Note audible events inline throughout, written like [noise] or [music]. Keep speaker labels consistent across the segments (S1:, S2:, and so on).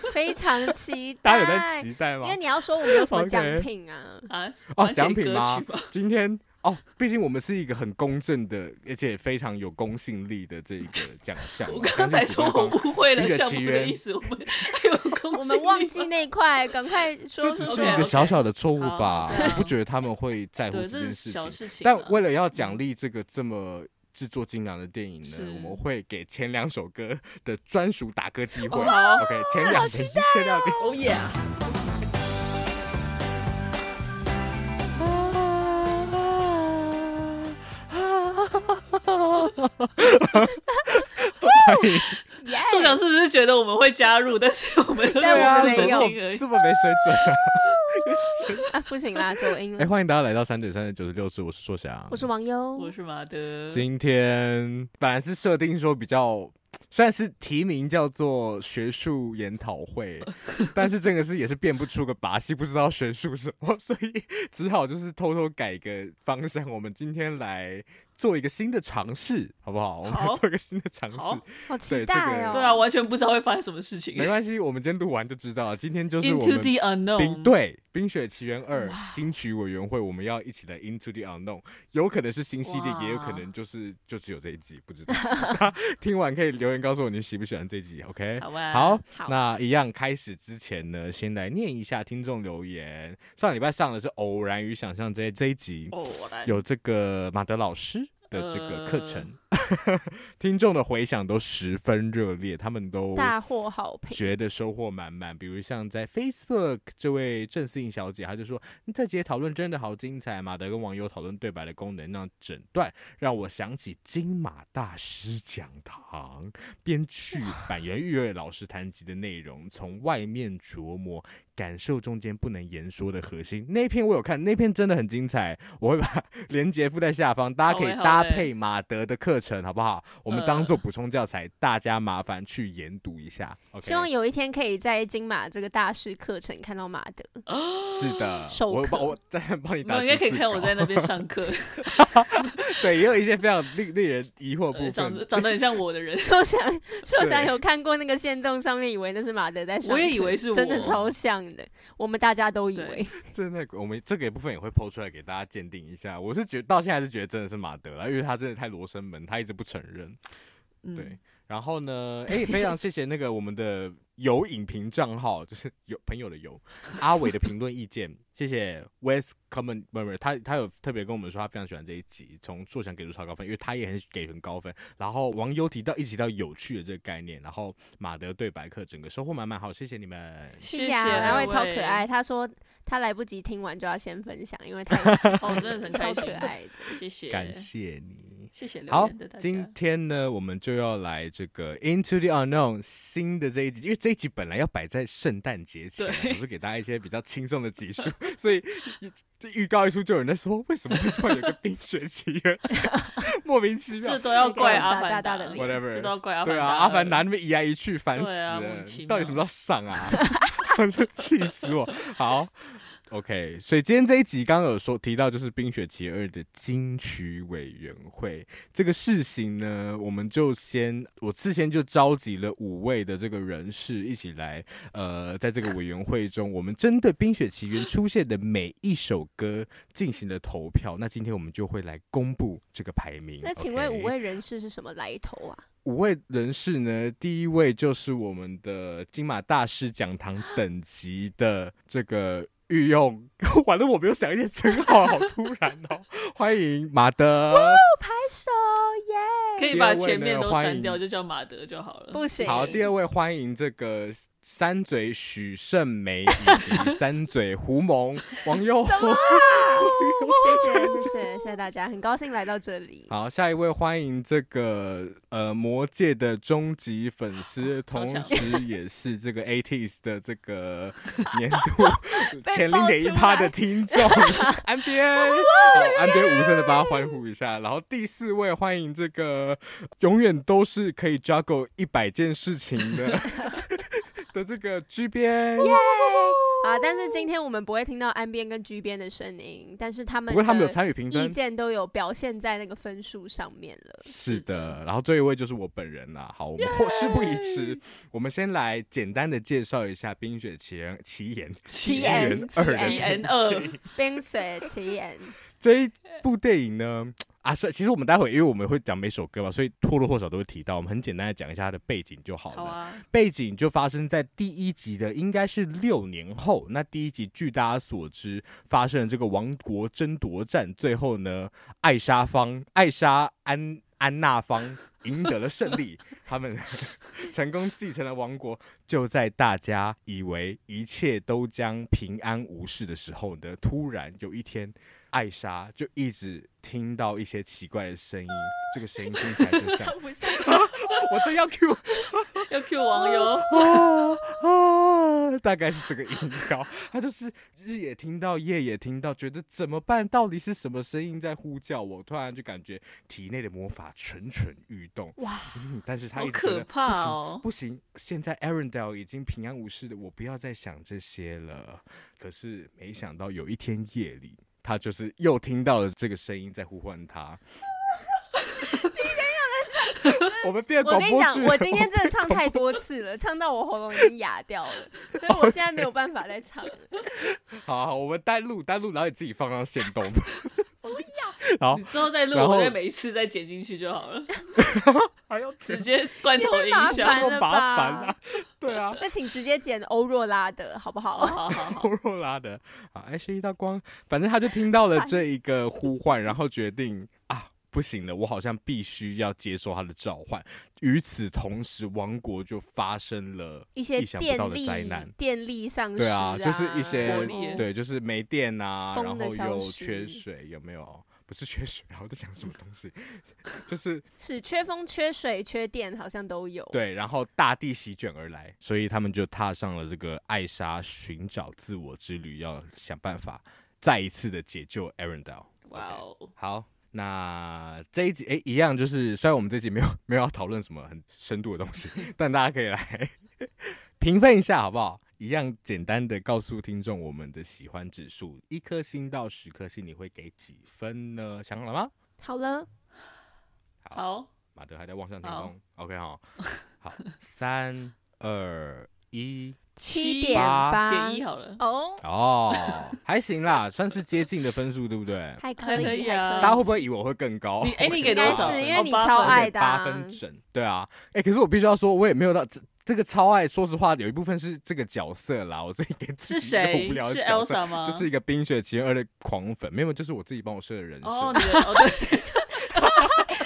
S1: [laughs]
S2: 非常期待。
S1: 大家有在期待吗
S3: 哎
S2: 因为？你要说我们有什么
S1: OK
S2: 奖品啊？
S3: [laughs] 啊，
S1: 哦，
S3: 还给
S1: 奖品吗
S3: 歌曲？
S1: [laughs] 今天哦，毕竟我们是一个很公正的，而且非常有公信力的这一个哦奖项嘛。
S3: 我刚才说我误会了
S1: 一个
S3: 项
S1: 起
S3: 目的
S1: 源
S3: 意思，我们还
S1: [laughs]
S3: 有公
S2: 我
S3: 信
S2: 们
S3: 力
S2: 忘
S3: 吗
S2: 记那块，赶快
S1: 这
S2: 说
S1: 只
S2: 出
S1: 是
S3: 对
S1: 一
S2: 来
S1: 个
S3: 对。
S1: 小小的错误
S3: 好
S1: 吧，
S3: 对啊
S1: 我不觉得他们会在乎
S3: 对，
S1: 这
S3: 这是
S1: 件事
S3: 小
S1: 情。
S3: 事情啊。
S1: 但为了要奖励这个这么制作精良的电影呢
S3: 是，
S1: 我们会给前两首歌的专属打歌机会。
S3: 哦好
S1: OK，前两名，前两名。
S2: Oh
S3: 哦耶，
S2: 耶
S3: 处长是不是觉得我们会加入，但是我们都
S2: 哎但
S1: 对啊，
S2: 我
S3: 只
S2: 们
S1: 怎
S3: 是
S2: 没有
S1: 么
S3: 听而已
S1: 这。么没水准啊！
S2: 啊，不行啦，走
S1: [laughs]
S2: 音
S1: 哎、
S2: 了。
S1: 欢迎大家来到三点三的九十六次，我是硕翔，
S2: 我是王优
S3: 我，是马德，
S1: 今天本来是设定说比较，虽然是题名叫做学术研讨 [laughs] 会，但是这个是也是变不出个把戏，不知道学术什么，所以只好就是偷偷改一个方向。我们今天来做一个新的尝试，好不好？我们来
S3: 好
S1: 做一个新的尝
S3: 好
S1: 试，
S2: 好期
S1: 对这个
S2: 待哦。
S3: 对啊，完全不知道会发生什么事情。
S1: 没关系，我们今天录完就知道了。今天就是我
S3: Into
S1: 们
S3: the
S1: 冰
S3: unknown，，
S1: 对《冰雪奇缘二》 [laughs] 金曲委员会，我们要一起来 Into the Unknown，有可能是新系列，
S3: 哇
S1: 也有可能就是就只有这一集，不知道。 [laughs] 听完可以留言告诉我你喜不喜欢这一集，OK？
S3: 好吧，
S1: 好，
S2: 好
S1: 那一样开始之前呢，先来念一下听众留言。上礼拜上的是《偶然与想象》这这一集，
S3: 哦，我来，
S1: 有这个马德老师的这个课
S3: 呃
S1: 程， [laughs] 听众的回响都十分热烈，他们都
S2: 大获好评。
S1: 觉得收获满满。比如像在 Facebook 这位郑思颖小姐，她就说：“这节讨论真的好精彩，马德跟网友讨论对白的功能，让诊断让我想起金马大师讲堂编剧板垣育二老师谈及的内容，从外面琢磨。”感受中间不能言说的核心 [laughs] 那一篇我有看，那篇真的很精彩，我会把链接附在下方，大家可以
S3: 好欸
S1: 搭
S3: 好欸
S1: 配马德的课程，好不好？我们当做补充教材，大家麻烦去研读一下。o k
S2: 希望有一天可以在金马这个大师课程看到马德。 [laughs]
S1: 是的，
S2: 授
S1: 我
S2: 课
S1: 帮我再帮你
S3: 没
S1: 打
S3: 有，
S1: 字稿，
S3: 应该可以看我在
S1: [laughs]
S3: 那边上课，
S1: 对，也有一些非常令令人疑惑的
S3: 呃
S1: 部
S3: 长
S1: 分
S3: 得。长得很像我的人，
S2: 受想受想
S1: 对
S2: 有看过那个线动上面，以为那是马德在上课，
S3: 我也以为是我
S2: 真的超像的，我们大家都以
S3: 对
S2: 为。
S1: 真的，我们这个部分也会剖出来给大家鉴定一下。我是觉得到现在还是觉得真的是马德啦，因为他真的太罗生门，他一直不承认。
S3: 嗯
S1: 对，然后呢，哎、非常谢谢那个我们的有影评账号，就是有朋友的有阿伟的评论意见，谢谢 West Common，不是不是，他他有特别跟我们说他非常喜欢这一集，从作想给出超高分，因为他也很给很高分。然后王优提到一起到有趣的这个概念，然后马德对白客整个收获满满，好，谢谢你们。
S3: 谢
S2: 啊，
S3: 两
S2: 两
S3: 位
S2: 位超可爱。，他说他来不及听完就要先分享，因
S1: [laughs]
S2: 为太
S3: 哦，真的很开
S2: 超
S3: 心，
S2: 可，爱的。
S3: 谢谢，
S1: 感谢你。
S3: 谢谢留
S1: 好
S3: 言的大，
S1: 今
S3: 家。
S1: 天呢，我们就要来这个 Into the Unknown 新的这一集，因为这一集本来要摆在圣诞节前，
S3: 对
S1: 我是给大家一些比较轻松的集数， [laughs] 所以这预告一出就有人在说，为什么会突然有个《冰雪奇缘》， [laughs] 莫名其
S3: 这
S1: 妙。
S3: 都要怪
S2: 这个
S3: 阿
S2: 大
S3: 凡
S2: 大
S3: 达
S2: 的脸
S3: 这
S1: Whatever，
S3: 都要怪阿凡达。
S1: 对啊，阿凡达那边移来移去，烦死
S3: 对啊
S1: 了！
S3: 莫名其妙
S1: 到底什么时候上啊？ [laughs] 我就气死我！好，OK，所以今天这一集刚刚有说提到，就是《冰雪奇缘二》的金曲委员会这个事情呢，我们就先我事先就召集了五位的这个人士一起来，呃，在这个委员会中，我们针对《冰雪奇缘》出现的每一首歌进行了投票。那今天我们就会来公布这个排名。
S2: 那请问
S1: OK？
S2: 五位人士是什么来头啊？
S1: 五位人士呢，第一位就是我们的金马大师讲堂等级的这个御用， [laughs] 完了我没有想一些称号，好突然哦！欢迎马德，
S2: 拍手耶！
S3: 可以
S1: 第
S3: 把
S1: 二位
S3: 前
S1: 呢
S3: 面都
S1: 欢
S3: 删
S1: 迎
S3: 掉，就叫马德就好了。
S2: 不行，
S1: 好，第二位欢迎这个三嘴许胜梅以及三嘴胡蒙王佑宏。
S2: 啊谢谢谢谢谢谢大家，很高兴来到这里。
S1: 好，下一位欢迎这个呃魔界的终极
S2: [laughs]
S1: 粉丝，
S3: 超
S1: 同
S3: 强
S1: 时也是这个 ATEEZ 的这
S2: [laughs]
S1: 个年度
S2: 被
S1: 前零
S2: 爆
S1: 点一
S2: 出
S1: 趴
S2: 来
S1: 的听
S2: [laughs]
S1: 众安边，好，安边无声的帮他欢呼一下。然后第四位欢迎这个永远都是可以 juggle 一百件事情
S2: [laughs]
S1: 的的这个 G 边，
S2: 啊，但是今天我们不会听到岸边跟居边的声音，但是他们
S1: 不过他们有
S2: 的
S1: 参与评
S2: 意
S1: 分。
S2: 见都有表现在那个分数上面了。
S1: 是的，然后最后一位就是我本人啦、好，我们或事不宜迟，我们先来简单的介绍一下《冰雪奇缘》奇缘
S2: 奇
S1: 缘
S2: 缘
S1: 二人
S3: 奇
S2: 奇
S3: 恩
S2: 缘
S3: 二，
S2: 冰雪
S1: [laughs]
S2: 奇缘，
S1: 这一部电影呢。啊，所以其实我们待会因为我们会讲每首歌嘛，所以或多或少都会提到。我们很简单的讲一下它的背景就好了。
S3: 好啊，，
S1: 背景就发生在第一集的，应该是六年后。那第一集据大家所知，发生了这个王国争夺战，最后呢，艾莎方、艾莎安安娜方赢得了胜利，他们成功继承了王国。就在大家以为一切都将平安无事的时候呢，突然有一天，艾莎就一直听到一些奇怪的声音，这个声音听起来就像
S3: 不是
S1: [laughs] 我真要 Q
S3: [laughs] 要 Q 网友，
S1: 啊啊，大概是这个音调，他就是日也听到，夜也听到，觉得怎么办？到底是什么声音在呼叫我？突然就感觉体内的魔法蠢蠢欲动，
S2: 哇，
S1: 嗯，但是他
S3: 好
S1: 一直觉
S3: 可
S1: 得
S3: 怕哦！
S1: 不行，现在 Arendelle 已经平安无事的，我不要再想这些了。可是没想到有一天夜里，他就是又听到了这个声音在呼唤他。我们变
S2: 我
S1: 广
S2: 跟你
S1: 播
S2: 讲
S1: 剧，了，
S2: 我今天真的唱太多次了，唱到我喉咙已经哑掉了，所以
S1: 哦
S2: 我现在没有办法再唱了。
S1: 好好，我们单录单录，然后你自己放上线动。好
S3: 你之后再录，
S1: 然后
S3: 我再每一次再剪进去就好了，
S1: [laughs] 还要剪 [laughs]
S2: [laughs]
S3: 直接罐头音
S2: 麻
S3: 效。
S2: 烦
S1: 好
S2: 了
S1: 麻
S2: 吧
S1: 烦啊！ [laughs] 对啊，
S2: 那请直接剪欧若拉的好不
S3: 好
S2: 好？
S3: [laughs] 好好好，
S1: 欧若拉的啊，爱是一道光，反正他就听到了这一个呼唤，然后决定啊，不行了，我好像必须要接受他的召唤。与此同时，王国就发生了
S2: 一些
S1: 意想不到
S2: 电
S1: 的
S2: 力
S1: 灾难。
S2: 电力丧失、
S1: 对啊，就是一
S3: 火
S1: 些
S3: 力
S1: 对，就是没电啊，
S2: 风
S1: 然
S2: 的
S1: 后
S2: 消
S1: 又
S2: 失
S1: 缺水，有没有？不是缺水啊，我在讲什么东西？ [laughs] 就是
S2: 是缺风、缺水、缺电，好像都有。，
S1: 对，然后大地席卷而来，所以他们就踏上了这个艾莎寻找自我之旅，要想办法再一次的解救 Arendelle。
S3: 哇哦！
S1: 好，那这一集诶，一样就是，虽然我们这集没有没有要讨论什么很深度的东西，但大家可以来 [laughs] 评分一下，好不好？一样简单的告诉听众我们的喜欢指数，一颗星到十颗星，你会给几分呢？想好了吗？
S2: 好了，
S3: 好，
S1: 马德还在望向天
S3: 好
S1: 空。OK 好，好，三二一，
S2: 七
S3: 点
S2: 点
S1: 八
S2: 八
S3: 点一好了，
S2: 哦，
S1: 哦，还行啦，算是接近的分数，对不对？
S2: 还
S3: 还
S2: 可
S3: 可
S2: 以，
S3: 以啊
S2: 还
S1: 大
S2: 可
S1: 家
S2: 以
S1: 会不会以为我会更高？
S3: 你诶你给
S2: 应
S3: 多
S2: 该
S3: 少
S2: 是因
S3: 哦
S2: 为你
S3: 八分
S2: 超爱
S1: 给
S2: 的
S1: 八
S2: 啊、
S1: 分整，对啊，哎、可是我必须要说，我也没有到这这个超爱。说实话，有一部分是这个角色啦，我自己给自己
S3: 是谁
S1: 一个无？聊
S3: 是
S1: 的角色，
S3: Elsa 吗？
S1: 就是一个《冰雪奇缘二》的狂粉，没有，就是我自己帮我设的人设，
S3: 哦，你的哦对，
S1: [laughs]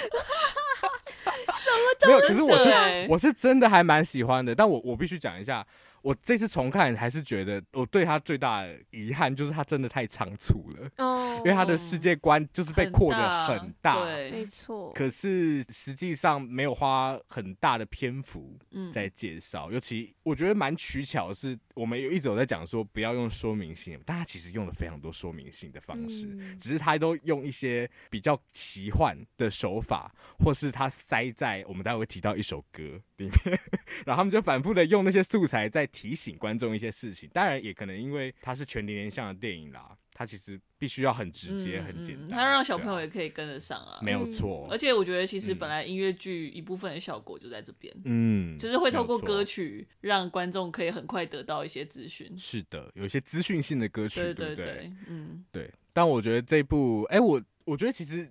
S1: 没有。可是我
S3: 真
S1: 是
S3: 是
S2: 啊
S3: 欸
S1: 我是真的还蛮喜欢的，但我我必须讲一下，我这次重看还是觉得我对他最大的遗憾就是他真的太仓促了，
S2: 哦，
S1: 因为他的世界观就是被扩的很大。
S3: 对
S2: 没，错，
S1: 可是实际上没有花很大的篇幅，
S3: 嗯，
S1: 在介绍，尤其我觉得蛮取巧的是，我们有一直有在讲说不要用说明性，但他其实用了非常多说明性的方式，
S2: 嗯
S1: 只是他都用一些比较奇幻的手法，或是他塞在我们待会会提到一首歌里面，然后他们就反复的用那些素材在提醒观众一些事情。当然，也可能因为它是全年龄向的电影啦，它其实必须要很直接、
S3: 嗯
S1: 很简
S3: 嗯
S1: 单，
S3: 他让小朋友
S1: 对
S3: 也
S1: 啊、
S3: 可以跟得上啊。
S1: 没有
S2: 嗯
S1: 错，
S3: 而且我觉得其实
S1: 嗯
S3: 本来音乐剧一部分的效果就在这边，
S1: 嗯，
S3: 就是会透过
S1: 没有错
S3: 歌曲让观众可以很快得到一些资讯。
S1: 是的，有一些资讯性的歌曲，
S3: 对
S1: 不
S3: 对，嗯，
S1: 对，但我觉得这部，哎、我我觉得其实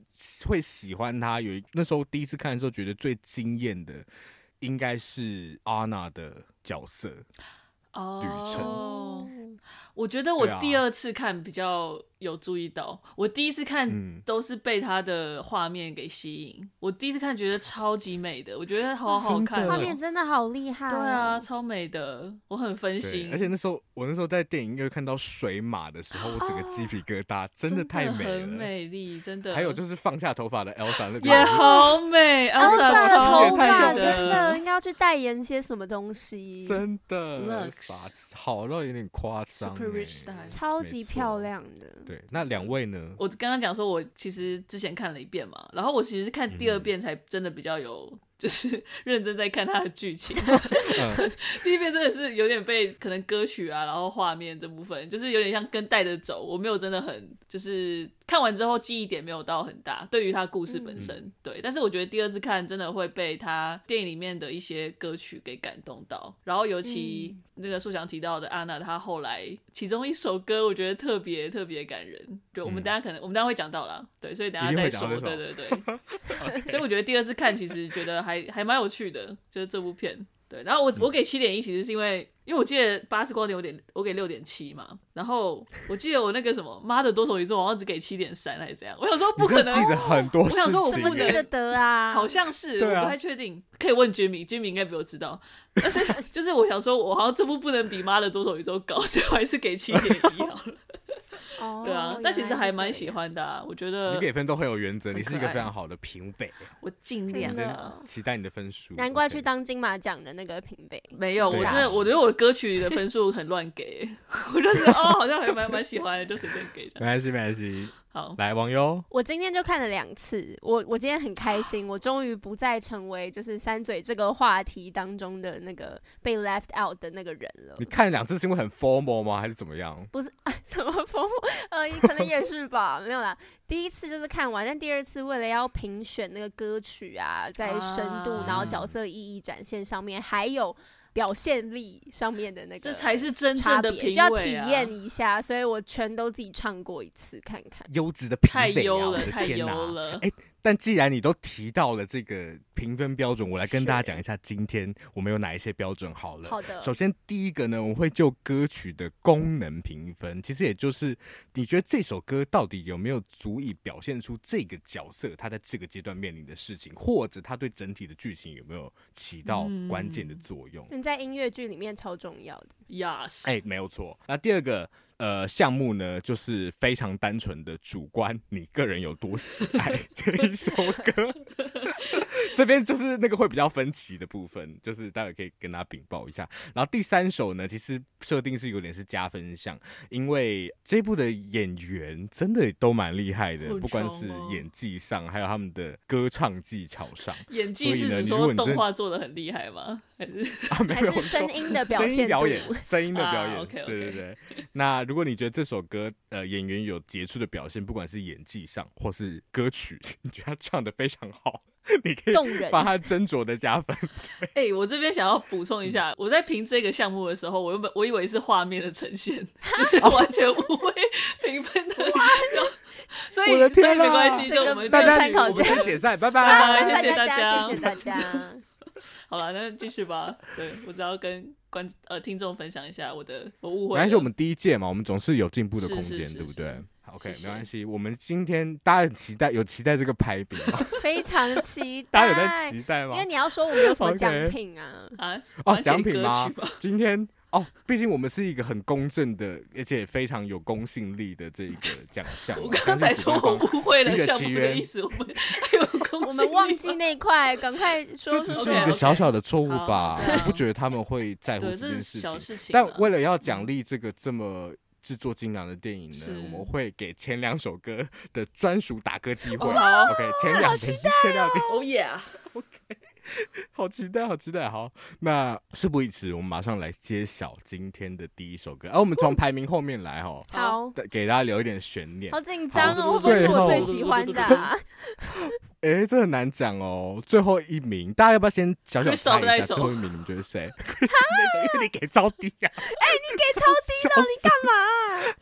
S1: 会喜欢它。有一那时候第一次看的时候，觉得最惊艳的应该是阿娜的角色，
S3: 哦，
S1: 程啊
S3: 我觉得我
S1: 对啊
S3: 第二次看比较有注意到，我第一次看
S1: 嗯
S3: 都是被它的画面给吸引。我第一次看觉得超级美的，我觉得好好
S1: 真
S3: 看哦，
S1: 的
S2: 画面真的好厉害、哦
S3: 对啊，，超美的，我很分
S1: 对，
S3: 心，
S1: 而且那时候我那时候在电影院看到水马的时候，我整个鸡皮疙瘩，真的太美了。
S3: 很美丽，真的。
S1: 还有就是放下头发的 Elsa 那边
S3: 也好美，安
S2: 欧
S3: 莎
S2: 萨啊的
S3: 超
S2: 头
S3: 美
S2: 发
S1: 的
S2: 真的应该要去代言些什么东西，
S1: 真的
S3: Looks
S1: 发质好到有点夸张、欸。
S3: Super rich style
S2: 超级漂亮的。
S1: 对，那两位呢？
S3: 我刚刚讲说，我其实之前看了一遍嘛，然后我其实是看第二遍才真的比较有， [laughs] 就是认真在看它的剧情。 [laughs] 第一遍真的是有点被可能歌曲啊，然后画面这部分，就是有点像跟带着走，我没有真的很就是看完之后记忆点没有到很大，对于它故事本身、对。但是我觉得第二次看真的会被它电影里面的一些歌曲给感动到，然后尤其那个素祥提到的安娜，她后来其中一首歌我觉得特别特别感人，就我们
S1: 嗯
S3: 等一下可能、我们等一下会讲到啦，对，所以等一
S1: 一
S3: 下
S1: 定会
S3: 再
S1: 讲
S3: 说
S1: 到，
S3: 对
S1: 这
S3: 对对。 [laughs] 所以我觉得第二次看其实觉得还还蛮有趣的，就是这部片。对，然后
S1: 嗯
S3: 我我给七点一，其实是因为因为我记得《巴斯光年》我点我给六点七嘛，然后我记得我那个什么《妈的多重宇宙》好像只给七点三还是怎样，我想说不
S1: 你
S3: 可
S1: 真的
S3: 能，
S1: 记得很多
S3: 我
S1: 事
S3: 想
S1: 情、
S3: 说我不
S2: 不
S3: 能
S2: 记
S1: 欸
S2: 得得啊，
S3: 好像是，
S1: 对啊
S3: 我不太确定，可以问 Jimmy，Jimmy 应该比我知道。但是 [laughs] 就是我想说，我好像这部不能比《妈的多重宇宙》高，所以我还是给七点一好了。
S2: 哦
S3: 对啊，但其实还蛮喜，欢的、啊，我觉
S1: 你
S3: 得
S1: 给分都很有原则，
S3: 很
S1: 你是一个
S3: 可爱
S1: 非常好的评委，欸
S3: 我尽
S2: 原来
S3: 量
S2: 是这样真的。
S1: 期待你的分数。
S2: 难怪
S1: OK
S2: 去当金马奖的那个评委，
S3: 没有，我
S1: 对啊
S3: 真的，我觉得我的歌曲的分数很乱给， [laughs] 我就是哦，好像还蛮蛮喜欢的，就随便给这
S1: 没
S3: 样。
S1: 关系，没关系。
S3: 好，
S1: 来，网友，
S2: 我今天就看了两次，我我今天很开
S3: 啊
S2: 心，我终于不再成为就是三嘴这个话题当中的那个被 left out 的那个人了
S1: 你。看两次是因为很 formal 吗？还是怎么样？
S2: [laughs] 什么风？呃，可能也是吧， [laughs] 没有啦。第一次就是看完，但第二次为了要评选那个歌曲啊，在深度、
S3: 啊
S2: 然后角色意义展现上面，还有表现力上面的那个，
S3: 这才是真
S2: 差
S3: 正的
S2: 别，
S3: 评
S2: 需要体
S3: 委
S2: 验
S3: 啊！
S2: 一下。所以我全都自己唱过一次看看。
S1: 优质的评
S3: 太
S1: 委、啊，
S3: 优
S1: 我
S3: 了，
S1: 的
S3: 太
S1: 天
S3: 优
S1: 哪、
S3: 了！
S1: 哎但既然你都提到了这个评分标准，我来跟
S2: 是
S1: 大家讲一下今天我们有哪一些标准好了。
S2: 好的，
S1: 首先，第一个呢，我们会就歌曲的功能评分，其实也就是你觉得这首歌到底有没有足以表现出这个角色他在这个阶段面临的事情，或者他对整体的剧情有没有起到关键的作用？
S2: 因为在音乐剧里面超重要的，
S3: Yes，
S1: 哎、没有错。那第二个呃项目呢，就是非常单纯的主观，你个人有多喜爱
S2: [laughs]
S1: 这一首歌。 [laughs] 这边就是那个会比较分歧的部分，就是待会可以跟大家禀报一下。然后第三首呢，其实设定是有点是加分项，因为这部的演员真的都蛮厉害的，
S3: 混
S1: 不管
S3: 双
S1: 是
S2: 哦
S3: 吗
S1: 演技上，还有他们的歌唱技巧
S2: [laughs]
S1: 上
S3: 演技是
S1: 所以呢
S3: 指
S1: 你如果
S3: 说
S1: 你真
S3: 动画做的很厉害吗？还是
S1: 啊，没
S2: 还
S1: 有
S2: 是
S1: 我说
S2: 声音的表
S1: 声音
S2: 现
S1: 表
S2: 度。
S1: 演，声音的表演。
S3: 啊，OK，OK [laughs]
S1: 对对对。那如果你觉得这首歌呃演员有杰出的表现，不管是演技上或是歌曲， [laughs] 你觉得他唱的非常好，你可以
S2: 动
S1: [laughs]
S2: 人
S1: 帮他斟酌的加
S3: [laughs]
S1: 分。
S3: 哎、我这边想要补充一
S1: 嗯
S3: 下，我在评这个项目的时候，我原本我以为是画面的呈
S1: [laughs]
S3: 现，就是
S1: 哦
S3: 完全无谓评分的，
S1: [laughs]
S3: 就所以
S1: 我的
S3: 所以
S1: 天
S3: 没
S1: 啊
S3: 关系，就我们
S2: 大
S3: 就
S2: 家
S3: 去
S2: 参考
S3: 我
S1: 我们
S3: 们
S2: 价
S1: 先
S3: 就
S1: 解散，拜
S3: 拜拜
S1: 拜。
S3: 谢谢大家
S2: 谢谢大家。
S3: 好了，那继续吧。对我只要跟观呃听众分享一下我的我误
S1: 没
S3: 会了，
S1: 关系，我们第一届嘛，我们总是有进步的
S3: 是
S1: 空
S3: 是
S1: 间，
S3: 是
S1: 对不
S3: 是
S1: 对好？OK，
S3: 是
S1: 没关系。我们今天大家很期待，有期待这个排比
S3: [laughs]
S1: 吗？
S2: 非常期
S1: [laughs] 大家
S2: 待，
S1: 有在期待吗
S2: 因为？你要说我们有什
S1: [laughs]
S2: 么
S1: OK
S2: 奖品啊？
S3: 啊
S1: 哦
S3: 完全
S1: 奖品
S3: 歌
S1: 吗
S3: 曲吧
S1: 今天哦，毕竟我们是一个很公正的，而且非常有公信力的这一个哦奖项啊嘛。
S3: [laughs] 我刚才说我误会了
S1: 那个
S3: 项
S1: 起
S3: 目的
S1: 源
S3: 意思，我们
S1: [laughs]
S3: 还有公
S2: 我
S3: 信
S2: 们
S3: 力
S2: 忘
S3: 吗
S2: 记那一块，赶快
S1: 这
S2: 说出
S1: 只
S3: 说
S1: 是
S3: 说
S1: 一
S2: 来
S1: 个
S3: ，OK，OK。
S1: 小小的错误
S3: 好
S1: 吧
S3: 对啊，
S1: 我不觉得他们会在乎
S3: [laughs]
S1: 这
S3: 对，这是
S1: 件事
S3: 小
S1: 情。
S3: 事情啊，
S1: 但为了要奖励这个这么制作精良的电影呢
S3: 是，
S1: 我们会给前两首歌的专属打歌机会。
S3: 哦好
S1: OK，前两题，前两题，[laughs]
S3: 哦耶，
S1: 好期待，好期待。好，那事不宜迟，我们马上来揭晓今天的第一首歌。而、啊我们从排名后面来哦，
S2: 好
S1: 给大家留一点悬念
S2: 好。紧张哦，
S3: 好
S2: 会不会是我
S1: 最
S2: 最
S1: 后
S2: 喜欢
S1: [laughs]
S2: 的啊？
S1: 哎、这很难讲哦。最后一名，大家要不要先小小
S3: Christoph
S1: 猜
S3: 那
S1: 一
S3: 一
S1: 下
S3: 首
S1: 最后一名？你们觉得谁？Christoph 那首，因为你给超低啊， [laughs]
S2: 给超低的，你干嘛啊？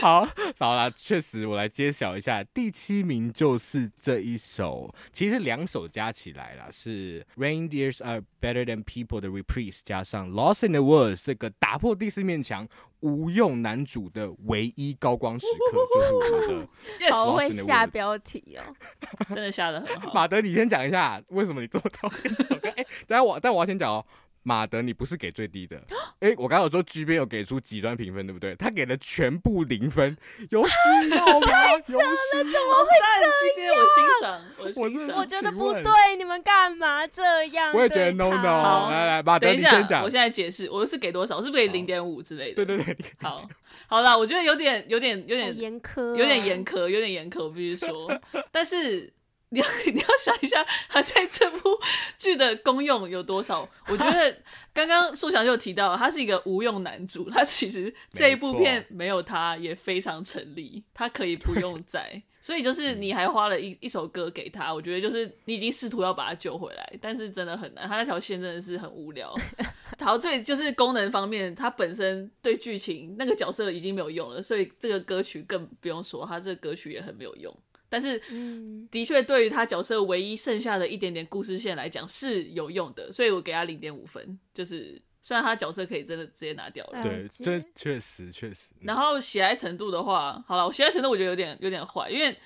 S1: 好，好啦，确实，我来揭晓一下，第七名就是这一首，其实两首加起来啦，是《Reindeers Are Better Than People》的 Reprise 加上《Lost in the Woods》这个打破第四面墙无用男主的唯一高光时刻，就是我们的。
S3: Yes，
S2: 好
S1: 我
S2: 会下标
S1: [laughs]
S2: 题哦。
S3: 真的下的很好。
S1: 马德，你先讲一下为什么你这么讨厌这首
S3: [laughs]
S1: 歌？哎、等下我，但我要先讲哦。马德，你不是给最低
S3: [gasps]
S1: 的，哎、我刚刚有说 G 边有给出极端评分，对不对？他给了全部零分，有需要
S3: [laughs]
S1: 吗？有需要？
S3: 我赞今天我欣赏，我
S1: 我真
S3: 欣
S1: 的
S3: 赏。
S2: 我觉得不
S1: 请
S2: 对，你们干嘛这样？
S1: 我也觉得 no no。
S3: 好
S1: 来来，马德，
S3: 等
S1: 啊你
S3: 一下
S1: 先，讲
S3: 我。现在解释，我是给多少？我是不是给零点五之类
S1: 对
S3: 的？
S1: 对对，
S3: 好，好啦，我觉得有点、有点、有
S2: 好
S3: 点、
S2: 严苛哦，
S3: 有点严苛，有点严苛，我必须说。 [laughs] 但是你要 [laughs] 你要想一下，他在这部剧的功用有多少？我觉得刚刚素翔就有提到，他是一个无用男主，他其实这一部片没有他也非常成立，他可以不用在。所以就是你还花了一一首歌给他，我觉得就是你已经试图要把他救回来，但是真的很难，他那条线真的是很无聊。陶醉就是功能方面，它本身对剧情那个角色已经没有用了，所以这个歌曲更不用说，它这个歌曲也很没有用。但是
S2: 嗯，
S3: 的确，对于他角色唯一剩下的一点点故事线来讲是有用的，所以我给他零点五分。就是虽然他角色可以真的直接拿掉了，
S2: 了
S1: 对，
S2: 解
S1: 这确实确实。
S3: 呃然后喜爱程度的话，好了，我喜爱程度我觉得有点有点坏，因为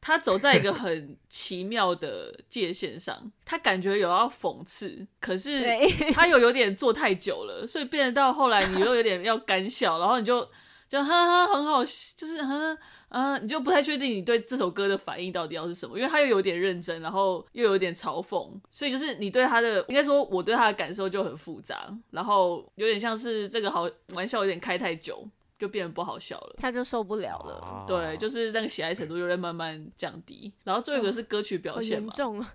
S3: 他走在一个很奇妙的界限上，他感觉有要讽刺，可是
S2: 对 [laughs]
S3: 他又有点做太久了，所以变得到后来你又有点要干笑，然后你就就哈哈很好，就是哈啊，你就不太确定你对这首歌的反应到底要是什么，因为他又有点认真，然后又有点嘲讽，所以就是你对他的，应该说我对他的感受就很复杂，然后有点像是这个好玩笑有点开太久，就变得不好笑了。
S2: 他就受不了了，
S1: 啊。
S3: 对，就是那个喜爱程度就在慢慢降低。然后最后一个是歌曲表
S2: 好
S3: 现
S2: 严
S3: 嘛，
S2: 重啊。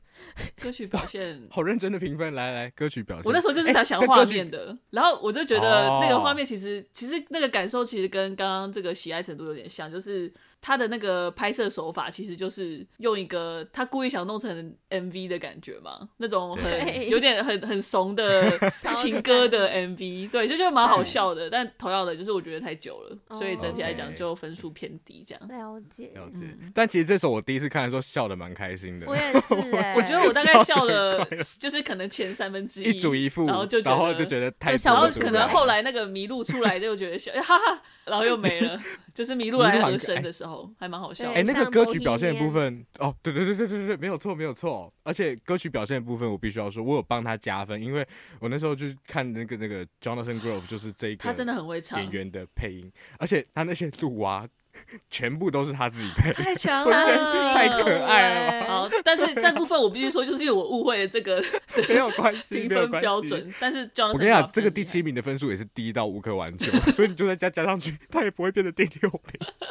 S3: 歌曲表
S2: [laughs]
S3: 现
S1: 好认真的评分，来来，歌曲表现。
S3: 我那时候就是
S1: 哎
S3: 在想
S1: 但歌
S3: 画
S1: 曲
S3: 面的，然后我就觉得那个
S1: 哦
S3: 画面其实、其实那个感受其实跟刚刚这个喜爱程度有点像，就是他的那个拍摄手法其实就是用一个他故意想弄成 MV 的感觉嘛，那种
S1: 对
S3: 很 [laughs] 有点很很怂的
S1: [laughs]
S2: 超
S3: 情
S2: 赞
S3: 歌的 MV，对，就觉得蛮好笑的。但同样的就是我觉得太久了，所以整体来
S1: 哦
S3: 讲就分数偏低这样。
S2: 了解，
S1: 了解
S3: 嗯。
S1: 但其实这首我第一次看的时候笑的蛮开心的
S2: [laughs] 我，也是哎，
S3: 我觉
S2: [laughs]
S3: 得我大概
S1: [laughs]
S3: 笑了，就是可能前三分之
S1: 一主一副，
S3: 然后就觉得
S1: 然后就觉得太
S2: 就笑
S3: 然
S1: 多
S3: 后
S2: 不出
S1: 了
S3: 哦可能后来那个迷路出来就觉得笑， [laughs] 哈哈，然后又
S1: [laughs]
S3: 没了，就是迷路来和声的时候还蛮好笑
S2: 对
S1: 哎、
S3: 的。
S1: 那个
S2: 像
S1: 歌曲表现的
S2: Bohemian
S1: 部分，哦，对对对对对对，没有错没有错。而且歌曲表现的部分，我必须要说，我有帮他加分，因为我那时候就看那个那个 Jonathan Grove，就是这一个
S3: 他真的很会唱
S1: 演，员的配音，而且他那些路啊，全部都是他自己配。
S3: 太强
S1: 我觉得
S3: 了，
S1: 太
S3: [laughs]
S1: 可爱
S2: 了吧
S3: 好，但是这部分我必须说，就是因为我误会了这
S1: [laughs]
S3: 个
S1: 没有关系，
S3: 评
S1: 没有
S3: 分
S1: 关
S3: 标
S1: 系。
S3: 准，但是 Jonathan
S1: 我跟你讲
S3: Groff，
S1: 这个
S3: 真的
S1: 第
S3: 厉
S1: 七
S3: 害，
S1: 名的分数也是低到无可挽救，所以你就再加加上去，他也不会变得第六名。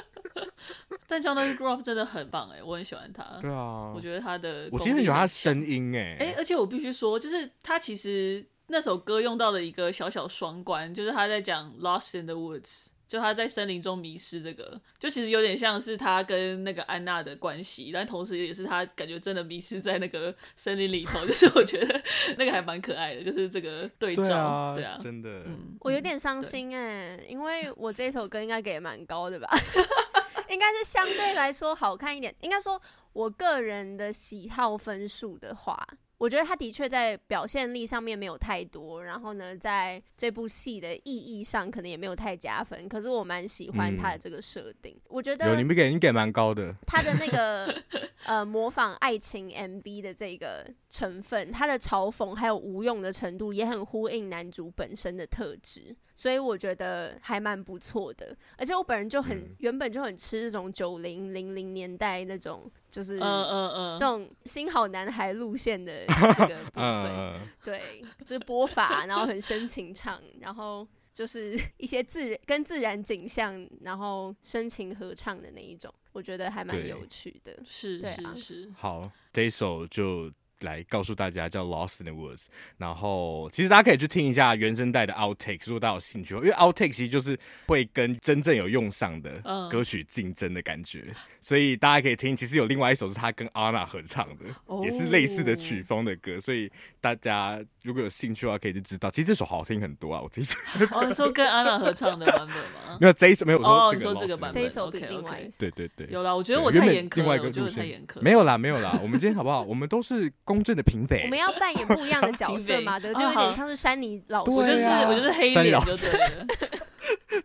S3: 但 Jonathan Groff 真的很棒哎，我很喜欢他，
S1: 对啊，
S3: 我觉得他的
S1: 我
S3: 功
S1: 其实很
S3: 力
S1: 喜欢他
S3: 很
S1: 的
S3: 强
S1: 声音哎、
S3: 哎、而且我必须说，就是他其实那首歌用到的一个小小双关，就是他在讲 lost in the woods，就他在森林中迷失这个，就其实有点像是他跟那个安娜的关系，但同时也是他感觉真的迷失在那个森林里头， [laughs] 就是我觉得那个还蛮可爱的，就是这个对照，
S1: 对啊，
S3: 对啊，
S1: 真的，
S3: 嗯，
S2: [laughs] 我有点伤心哎、因为我这首歌应该给得蛮高的吧， [laughs] 应该是相对来说好看一点。应该说，我个人的喜好分数的话，我觉得他的确在表现力上面没有太多，然后呢，在这部戏的意义上可能也没有太加分。可是我蛮喜欢他的
S3: 嗯
S2: 这个设定，我觉
S1: 有你
S2: 得
S1: 们给你给蛮高的，
S2: 他的那个 [laughs] 呃模仿爱情 MV 的这个成分，他的嘲讽还有无用的程度，也很呼应男主本身的特质，所以我觉得还蛮不错的。而且我本人就很、
S1: 嗯
S2: 原本就很吃这种九零零零年代那种，就是、
S3: 嗯
S1: 呃
S3: 嗯
S2: 这
S3: 嗯，
S2: 种新好男孩路线的这个部分，
S1: [laughs] 嗯，
S3: [laughs]
S2: 对， [laughs] 就是播法，然后很深情唱，然后。就是 [laughs] 一些自然跟自然景象，然后深情合唱的那一种，我觉得还蛮
S1: 对
S2: 有趣的。
S3: 是
S2: 对
S3: 是
S2: 啊
S3: 是，
S1: 好，这一首就来告诉大家，叫《Lost in the Woods》。然后其实大家可以去听一下原声带的 outtake，如果大家有兴趣的话，因为 outtake 其实就是会跟真正有用上的
S3: 嗯
S1: 歌曲竞争的感觉，所以大家可以听。其实有另外一首是他跟 Anna 合唱的，
S3: 哦
S1: 也是类似的曲风的歌，所以大家如果有兴趣的话，可以去知道。其实这首好听很多啊，我自己觉得 [laughs]
S3: 哦，你说跟安娜合唱的版本吗？
S1: 没有这一首没有
S3: 哦
S1: 我说
S3: 你说这
S1: 这
S3: 个
S1: 个
S3: 版
S1: Lost in the
S2: 这
S1: Woods
S2: 一首比
S3: OK，OK
S2: 另外一首
S1: 对对对，
S3: 有啦，我觉得
S1: 对
S3: 我
S1: 原
S3: 太
S1: 本
S3: 严苛
S1: 另外一
S3: 了，
S1: 个
S3: 我觉得我
S1: 路
S3: 太
S1: 线
S3: 严苛。
S1: 没有啦，没有啦， [laughs] 我们今天好不好？我们都是公正的评委。
S2: 我们要扮演不一样的角色 [laughs] 嘛，对，就有
S3: 啊好
S2: 点像是山泥老
S3: 我
S2: 师
S3: 就是
S1: 对啊
S3: 我就是黑
S1: 三
S3: 脸
S1: 摇
S3: 就对了，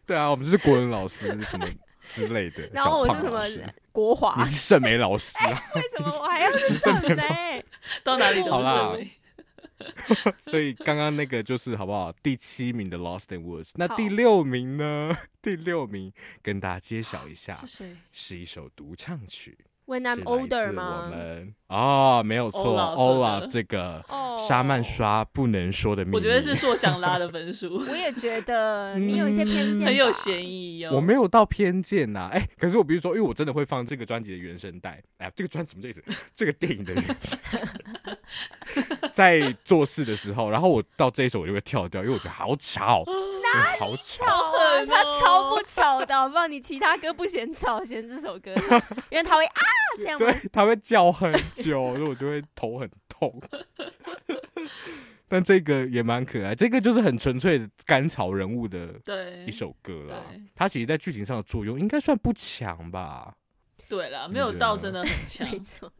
S1: 对啊，我们就是国文老师什么之类的。
S2: [laughs] 然后我
S1: 小胖
S2: 是什么
S1: 老师
S2: 国华
S1: 你，是盛美老师啊， [laughs]
S2: 为什么我还要是圣美？
S3: 到哪里都
S1: 好
S3: 不
S1: 啦
S3: 顺利。
S1: 所以刚刚那个就是好不好？第七名的 Lost in Woods，那
S2: 好
S1: 第六名呢？ [laughs] 第六名跟大家揭晓一下，
S3: 是谁？
S1: 是一首独唱曲，
S2: When
S1: 是
S2: I'm
S1: 来自
S2: older
S1: 我
S2: 吗？
S1: 们哦，没有错
S3: Olaf 的
S1: ，Olaf 这个
S2: 哦
S1: 沙曼刷不能说的秘密，
S3: 我觉得是硕想拉的分数，
S2: 我也觉得你有一些
S1: 嗯
S2: 偏见吧，
S3: 很有嫌疑哦。
S1: 我没有到偏见呐、哎、可是我比如说，因为我真的会放这个专辑的原声带，哎，这个专什么意思？ [laughs] 这个电影的原
S3: [laughs]
S1: 声带，在做事的时候，然后我到这一首我就会跳掉，因为我觉得好吵，好
S2: 好
S1: 吵。
S2: 啊，他超不吵的，好不好？你其他歌不嫌吵，嫌这首歌吵，因为他会啊这样吗
S1: 对？，他会叫很久，所以我就会头很痛。 [laughs] 但这个也蛮可爱，这个就是很纯粹的甘草人物的
S3: 对
S1: 一首歌啦
S3: 对。
S1: 它其实在剧情上的作用应该算不强
S3: [laughs]
S1: 吧，
S3: 对啦，
S1: 你
S3: 没有
S1: 觉
S3: 到
S1: 得
S3: 真的很强，
S2: 没错，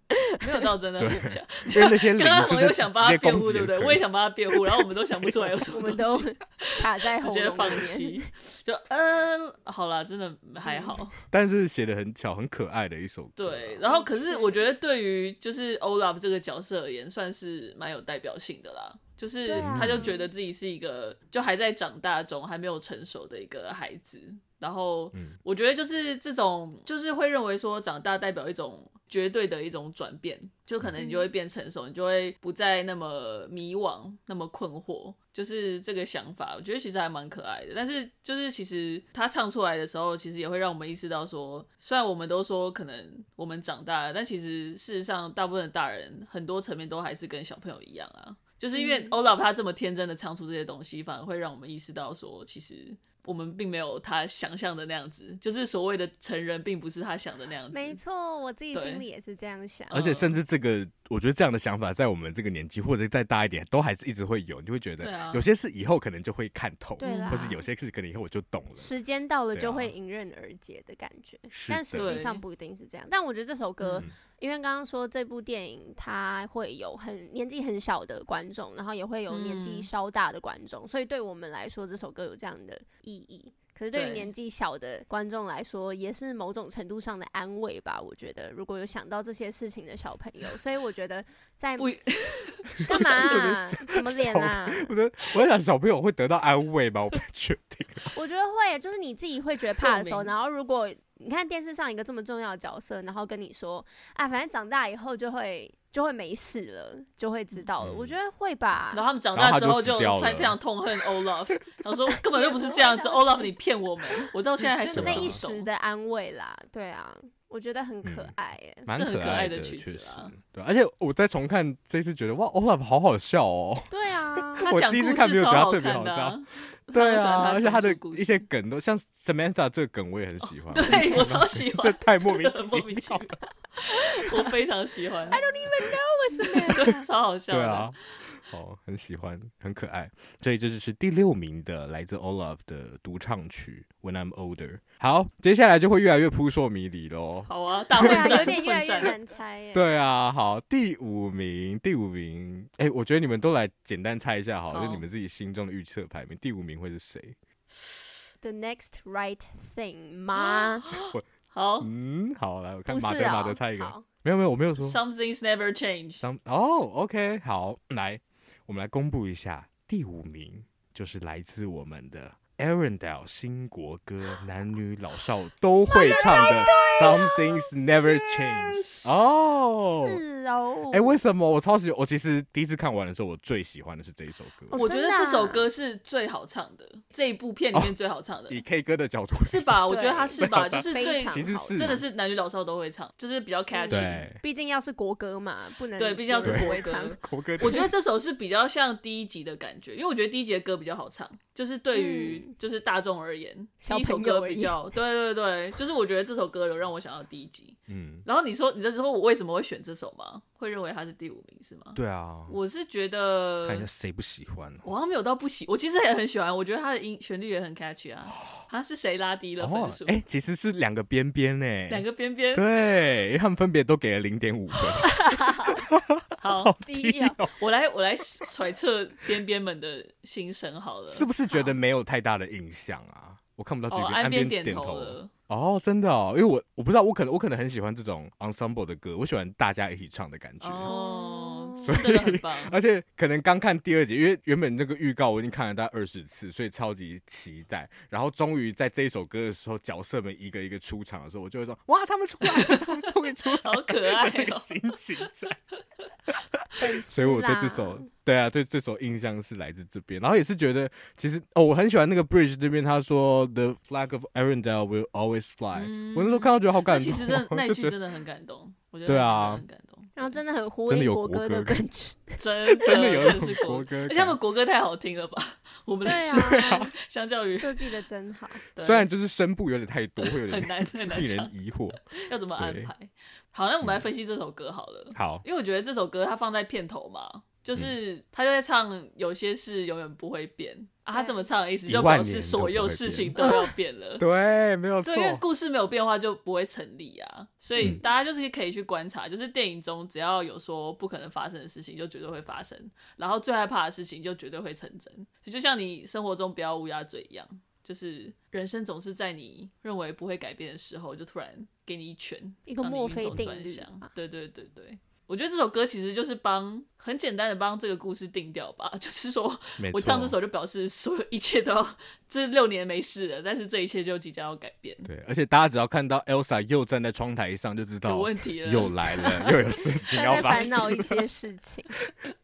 S3: 没有到真的很强。
S1: 因为那些零
S3: 刚刚
S1: 就
S3: 我
S1: 是
S3: 又
S1: 直
S3: 想帮他
S1: 接
S3: 辩
S1: 攻
S3: 护，
S1: 击
S3: 对
S1: 也
S3: 不对？
S1: 可以
S3: 我也想帮他辩护，然后我们都想不出来有什么
S2: 我
S3: 东西，
S2: 们都卡在
S3: 直
S2: 喉
S3: 接
S2: 咙
S3: 放
S2: 里面。
S3: 弃。就嗯，好啦，真的还好。
S1: 但是写的很巧，很可爱的一首歌。啊
S3: 对，，然后可是我觉得对于就是 Olaf 这个角色而言，算是蛮有代表性的啦。就是
S2: 对啊
S3: 他就觉得自己是一个就还在长大中，还没有成熟的一个孩子。然后我觉得就是这种，就是会认为说长大代表一种绝对的一种转变，就可能你就会变成熟，你就会不再那么迷惘，那么困惑，就是这个想法。我觉得其实还蛮可爱的，但是就是其实他唱出来的时候，其实也会让我们意识到说，虽然我们都说可能我们长大了，但其实事实上大部分的大人很多层面都还是跟小朋友一样啊。就是因为
S2: 嗯
S3: Olaf 他这么天真的唱出这些东西，反而会让我们意识到说，其实我们并没有他想象的那样子，就是所谓的成人，并不是他想的那样子。
S2: 没错，我自己
S3: 对呃
S2: 心里也是这样想。
S1: 而
S3: 嗯
S1: 且甚至这个，我觉得这样的想法在我们这个年纪或者再大一点，都还是一直会有，你就会觉
S3: 对啊
S1: 得有些事以后可能就会看透，
S2: 对啦
S1: 或是有些事可能以后我就懂了。
S2: 时间到了
S1: 对啊
S2: 就会迎刃而解的感觉，
S1: 是
S2: 但实际
S3: 的
S2: 上不一定是这样。但我觉得这首歌，
S1: 嗯
S2: 因为刚刚说这部电影它会有很年纪很小的观众，然后也会有年纪
S3: 嗯
S2: 稍大的观众，所以对我们来说这首歌有这样的意义。可是对于
S3: 对
S2: 年纪小的观众来说，也是某种程度上的安慰吧。我觉得如果有想到这些事情的小朋友，所以我觉得在
S3: 不 [laughs]
S2: 干嘛
S1: 我觉
S2: 啊、
S1: 得
S2: 什么脸啊？
S1: 我觉得， [laughs] 我在想小朋友会得到安慰吧，我不确定。
S2: 我觉得会，就是你自己会觉得怕
S3: [laughs]
S2: 的时候，
S3: 共鸣
S2: 然后如果你看电视上一个这么重要的角色，然后跟你说，啊，反正长大以后就会就会没事了，就会知道了，
S1: 嗯
S2: 我觉得会吧。
S3: 然后他们长大之后就
S1: 然后他就死掉了
S3: 非非常痛恨 Olaf，然后说根本就不是
S2: [laughs]
S3: 这样子，Olaf 你骗我们，我到现在还
S2: 就是
S3: 什
S2: 那
S3: 么
S2: 一
S3: 都不
S2: 时
S3: 懂。
S2: 的安慰啦，对啊，我觉得很可
S1: 嗯
S2: 爱耶、
S1: 蛮
S3: 是很可爱
S1: 爱
S3: 的曲
S1: 确
S3: 子
S1: 实
S3: 啦。
S1: 对，啊而且我在重看这次，觉得哇，Olaf 好好笑
S3: [laughs]
S1: 哦。
S2: 对啊，
S3: 他
S1: 我
S3: 讲
S1: 第一
S3: 故
S1: 次
S3: 事
S1: 看没有觉得
S3: 超
S1: 他特别
S3: 看的啊、
S1: [laughs] 对
S3: 我喜欢
S1: 啊，
S3: 他
S1: 而且他的
S3: 讲述故事
S1: 一些梗都像 Samantha 这个梗，我也很喜欢。
S3: [laughs] 对我超喜
S1: [laughs] 这
S3: 欢，
S1: 太莫
S3: [laughs]
S1: 名
S3: 真的很
S1: 其
S3: 莫名其
S1: 妙
S3: 妙。我非常喜欢，
S2: 为
S3: [laughs]
S2: 什么？
S3: 对，超好笑
S1: 对
S3: 的。
S1: 啊，哦，很喜欢，很可爱。所以这就是第六名的来自 Olaf 的独唱曲《When I'm Older》。好，接下来就会越来越扑朔迷离喽。
S3: 好啊，大混
S2: 对啊，
S3: 战，
S2: 有点越来
S3: 混
S2: 越
S3: 战。
S2: 难猜耶、
S1: 对啊，好，第五名，第五名，哎、我觉得你们都来简单猜一下好了，
S3: 好
S1: 就你们自己心中的预测排名，第五名会是谁？
S2: The next right
S3: [gasps]
S2: thing 吗？
S3: 好
S1: 嗯，好，来，我看
S2: 不是
S1: 马德
S2: 啊、
S1: 马德猜一个，
S2: 好
S1: 没有没有，我没有说。
S3: ，Something's never change。
S1: Some 哦，OK，好，来，我们来公布一下，第五名就是来自我们的 Arendelle 新国歌，男女老少都会唱的 Something's Never Change。哦，
S2: 是哦，
S1: 哎，为什么我超喜？我其实第一次看完的时候，我最喜欢的是这一首歌。
S2: 哦
S3: 我觉得
S2: 真的啊
S3: 这首歌是最好唱的，这一部片里
S1: 哦
S3: 面最好唱的，
S1: 以 K 歌的角度
S3: 是？吧？我觉得他是吧， [laughs] 就是
S2: 非
S3: 最
S2: 常
S1: 其实是
S3: 真的是男女老少都会唱，就是比较 catchy。
S1: 对
S2: 毕竟要是国歌嘛，不能
S3: 对毕竟要是
S2: 有人
S3: 国
S2: 不会
S3: 歌
S2: 唱
S1: 国歌，
S3: 我觉得这首是比较像第一集的感觉，因为我觉得第一集的歌比较好唱，就是对于
S2: 嗯
S3: 就是大众而言，第
S2: 小
S3: 一首
S2: 朋友
S3: 歌
S2: 而已
S3: 比
S2: [laughs]
S3: 较对对对，就是我觉得这首歌有让我想到第一集。
S1: 嗯，
S3: 然后你说你这时候我为什么会选这首吗？会认为它是第五名是吗？
S1: 对啊，
S3: 我是觉得
S1: 看一下谁不喜欢。哦
S3: 我好像没有到不喜，我其实也很喜欢，我觉得它的音旋律也很 catchy 啊。啊，是谁拉低了分
S1: 哦
S3: 数，？
S1: 哎，其实是两个边边呢，
S3: 两个边边
S1: 对，因为他们分别都给了零点五分。
S3: 好，
S2: 第一啊，
S1: 哦
S3: 我来我来揣测边边们的心声好了。
S1: 是不是觉得没有太大的印象啊？我看不到这
S3: 哦，
S1: 边，
S3: 岸边
S1: 边点
S3: 点头了。
S1: 哦，真的哦，因为我我不知道，我可能我可能很喜欢这种 ensemble 的歌，我喜欢大家一起唱的感觉。
S3: 哦，
S2: 所
S3: 是真的很棒。
S1: 而且可能刚看第二集，因为原本那个预告我已经看了大概二十次，所以超级期待。然后终于在这一首歌的时候，角色们一个一个出场的时候，我就会说：哇，他们出来了，他们终于出来了，
S3: [laughs] 好可爱
S1: 那个
S3: 哦
S1: 心情在。所以我对这首，对啊，对这首印象是来自这边，然后也是觉得，其实哦，我很喜欢那个 bridge 这边，他说 the flag of Arendelle will always fly，、我那时候看到觉得好感
S3: 嗯那
S1: 动，
S3: 其
S1: [laughs]
S3: 实真的那一
S1: 就
S3: 句
S1: 觉得
S3: 真的很感动，我觉得
S1: 对啊
S3: 那句真的很感
S1: [laughs]
S3: 动，
S2: 然后真的很呼
S1: 真的
S2: 应
S1: 有
S2: 国
S1: 国
S2: 歌
S1: 歌
S2: 的
S1: 感
S2: 本
S3: [laughs]
S2: 质。
S3: 真的
S1: 真的有一
S3: 真
S1: 种
S3: 是
S1: 国歌
S3: 而
S1: 感
S3: 且他们国歌太好听了吧？我们
S2: 对
S3: 的是
S1: [laughs]
S2: 啊，
S3: 相较于
S2: 设计的真好。
S3: 对
S1: 虽然就是声部有点太多，会有
S3: [laughs] 很
S1: 点
S3: 难很难
S1: 令
S3: 唱
S1: 人，疑惑。
S3: [laughs] 要怎么安
S1: 对嗯
S3: 排？好，那我们来分析这首歌好了，
S1: 好，
S3: 因为我觉得这首歌它放在片头嘛，
S1: 嗯
S3: 就是他就在唱有些事永远不会变啊，他这么唱的意思
S1: 一
S3: 就
S1: 万
S3: 表示
S1: 年都
S3: 所
S1: 不
S3: 有
S1: 会
S3: 事
S1: 变
S3: 情都要变了。
S1: [laughs] 对，没有错
S3: 对，因，为故事没有变化就不会成立啊，所以
S1: 嗯
S3: 大家就是可以去观察，就是电影中只要有说不可能发生的事情，就绝对会发生，然后最害怕的事情就绝对会成真。所以就像你生活中不要乌鸦嘴一样，就是人生总是在你认为不会改变的时候，就突然给你一拳，
S2: 一个
S3: 让你
S2: 墨菲
S3: 晕头
S2: 定
S3: 转
S2: 律啊
S3: 向
S2: 吧
S3: 对对对对。我觉得这首歌其实就是帮很简单的帮这个故事定调吧， [laughs] 就是说
S1: 没错
S3: 我唱这首就表示所有一切都要，这六年没事了，但是这一切就即将要改变。
S1: 对，而且大家只要看到 Elsa 又站在窗台上，就知道
S3: 有问题了
S1: 又来了，又有事情
S2: 他
S1: 要
S2: 在
S1: 发
S2: 烦
S1: 生。
S2: 恼
S1: [laughs]
S2: 一些事情，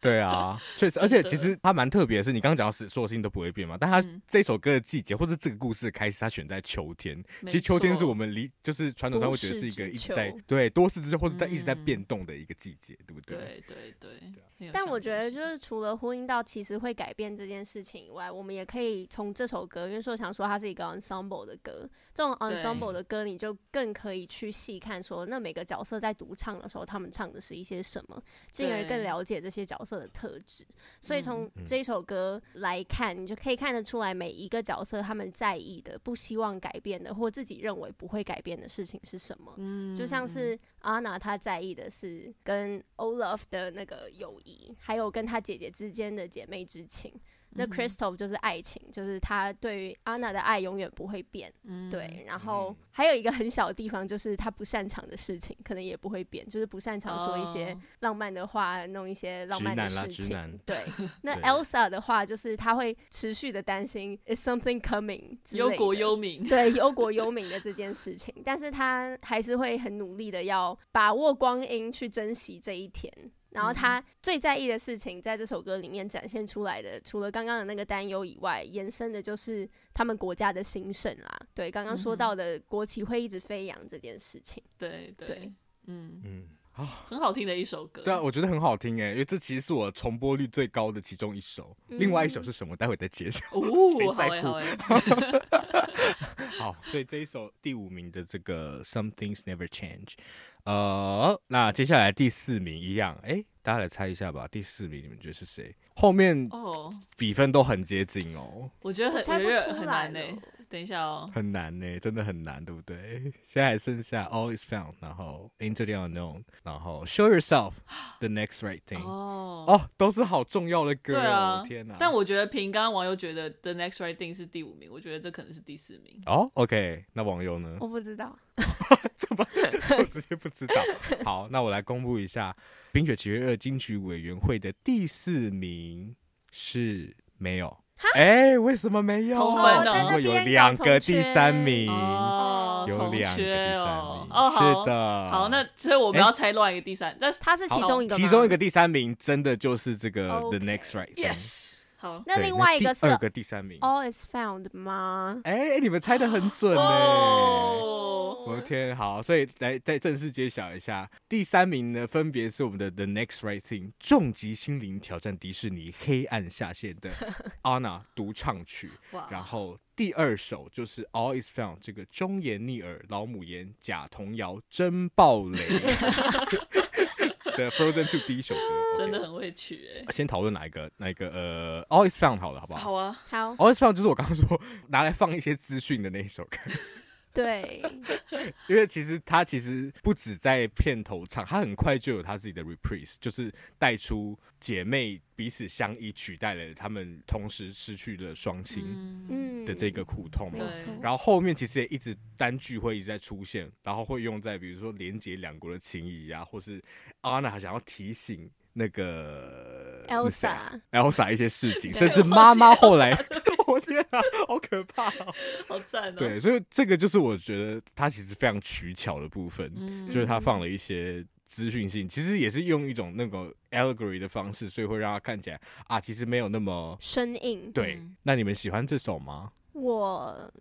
S1: 对啊，确实，而且
S3: 真的
S1: 其实它蛮特别的是，你刚刚讲到是所有事情都不会变嘛，但它
S2: 嗯
S1: 这首歌的季节或者这个故事的开始，它选在秋天。其
S3: 没
S1: 实秋天
S3: 错
S1: 是我们离就是传统上会觉得是一个
S2: 多事之
S1: 一直在
S2: 秋
S1: 对多事之秋或者在一直在
S3: 嗯
S1: 变动的一个季节，对不对？啊
S3: 对对对，很有
S2: 但我
S3: 象征
S2: 觉得
S3: 性
S2: 就是除了呼应到其实会改变这件事情以外，我们也可以从这首歌，因为说想说它是一个 ensemble 的歌，这种 ensemble 的歌你就更可以去细看说，那每个角色在独唱的时候，他们唱的是一些什么，进而
S3: 对
S2: 更了解这些角色的特质。所以从
S1: 嗯
S2: 这一首歌来看，你就可以看得出来每一个角色他们在意的、不希望改变的，或自己认为不会改变的事情是什么。
S3: 嗯
S2: 就像是阿娜，她在意的是跟 Olaf 的那个友谊，还有跟她姐姐之间的姐妹之情。那
S3: 嗯
S2: Crystal 就是爱情，就是她对于安娜的爱永远不会变。
S3: 嗯
S2: 对，然后还有一个很小的地方，就是她不擅长的事情，可能也不会变，就是不擅长说一些
S3: 哦
S2: 浪漫的话，弄一些浪
S1: 直
S2: 漫的
S1: 男啦
S2: 事
S1: 直
S2: 情
S1: 男。
S2: 对，
S1: [laughs]
S2: 那
S1: 对
S2: Elsa 的话，就是她会持续的担心 Is something coming 之类
S3: 忧
S2: 的
S3: 国忧民，
S2: 对忧国忧民的这件事情，但是他还是会很努力的要把握光阴，去珍惜这一天。然后他最在意的事情，在这首歌里面展现出来的，除了刚刚的那个担忧以外，延伸的就是他们国家的兴盛啦。对，刚刚说
S1: 嗯
S2: 到的国旗会一直飞扬这件
S1: [laughs]
S2: 事 [laughs] 情，
S3: 对对
S2: 对，
S3: 嗯，
S1: 嗯，
S3: 很好听的一首歌。
S1: [laughs] 对啊，我觉得很好听哎，因为这其实是我重播率最高的其中一首，
S2: 嗯
S1: 另外一首是什么？待会再揭晓。谁
S3: 哦，好
S1: 在
S3: 哎
S1: 乎
S3: 好哎，
S1: 好，所以这一首第五名的这个 Some Things Never Change，呃，那接下来第四名一样，哎，大家来猜一下吧，第四名你们觉得是谁？后面
S3: 哦，
S1: 比分都很接近哦，
S3: [laughs] 我觉得很
S2: 猜不
S3: 我觉得
S2: 出
S1: 欸
S3: 很
S2: 来
S3: 难
S1: [laughs]
S2: 了
S3: 呢。等一下哦，
S1: 很难呢、真的很难，对不对？ [laughs] 现在还剩下 All Is Found，然后 Into the Unknown，然后 Show
S3: [gasps]
S1: Yourself，The Next Right Thing。哦
S3: 哦，
S1: 都是好重要的歌、
S3: 对
S1: 哦，
S3: 啊
S1: 天哪！，
S3: 但我觉得凭刚刚网友觉得 The Next Right Thing 是第五名，我觉得这可能是第四名。
S1: 哦，OK，那网友呢？
S2: 我不知道。
S1: 怎么
S2: [laughs]
S1: 我直接不知道？好，那我来公布一下《冰雪奇缘二》金曲委员会的第四名是没有哎、为什么没有？
S3: 同分哦
S1: 然后有
S2: 在那边
S1: 两
S2: 搞
S1: 个
S2: 重
S1: 第
S2: 缺
S1: 三名，
S3: 哦，
S1: 有
S3: 重
S1: 两个
S3: 缺
S1: 第三
S3: 哦
S1: 名，，
S3: 哦，好
S1: 是，的，
S3: 好，那所以我们要猜乱一个第三，但是
S2: 他是其
S3: 好
S2: 中一个，
S1: 其中一个。第三名真的就是这个
S2: OK
S1: The Next Right Thing。
S3: yes，好，
S2: 那
S1: 对
S2: 另外一个
S1: 第
S2: 是哦
S1: 二个第三名。
S2: All is found 吗？
S1: 哎、你们猜的很准欸呢、
S3: 哦，
S1: 我的天，好，所以来再正式揭晓一下，第三名呢，分别是我们的 The Next Right Thing 重击心灵挑战迪士尼黑暗下线
S3: [laughs]
S1: 的 Anna 独唱曲，然
S3: 哇，
S1: 后第二首就是 All Is Found 这个忠言逆耳、老母言、假童谣、真暴
S3: [laughs]
S1: 雷的 Frozen Two 第一首歌，
S3: 真的
S1: OK。
S3: 很会取欸
S1: 先讨论哪一个哪一个呃 All Is Found 好了，好不 [laughs]
S3: 哎，
S1: 好
S3: 好啊，
S2: 好，
S1: ？All Is Found 就是我刚刚说拿来放一些资讯的那一首歌。 [laughs]
S2: 对，
S1: 因为其实他其实不止在片头唱，他很快就有他自己的 reprise，就是带出姐妹彼此相依，取代了她们同时失去了双亲
S3: 嗯，
S2: 嗯
S1: 的这个苦痛
S2: 没
S1: 嘛。
S3: 对
S2: 错。
S1: 然后后面其实也一直单句会一直在出现，然后会用在比如说连接两国的情谊啊，或是 Anna 想要提醒那个啊
S2: Elsa
S1: Elsa 一些事情，
S3: 对
S1: 甚至
S3: 我忘
S1: 妈
S3: 记
S1: 妈后来，我天啊，好可怕、哦！
S3: [laughs] 好赞哦，
S1: 对，所以这个就是我觉得他其实非常取巧的部分，
S3: 嗯，
S1: 就是他放了一些资讯性，其实也是用一种那种 allegory 的方式，所以会让他看起来啊，其实没有那么
S2: 生硬。
S1: 对。
S3: 嗯
S1: 那你们喜欢这首吗？
S2: 我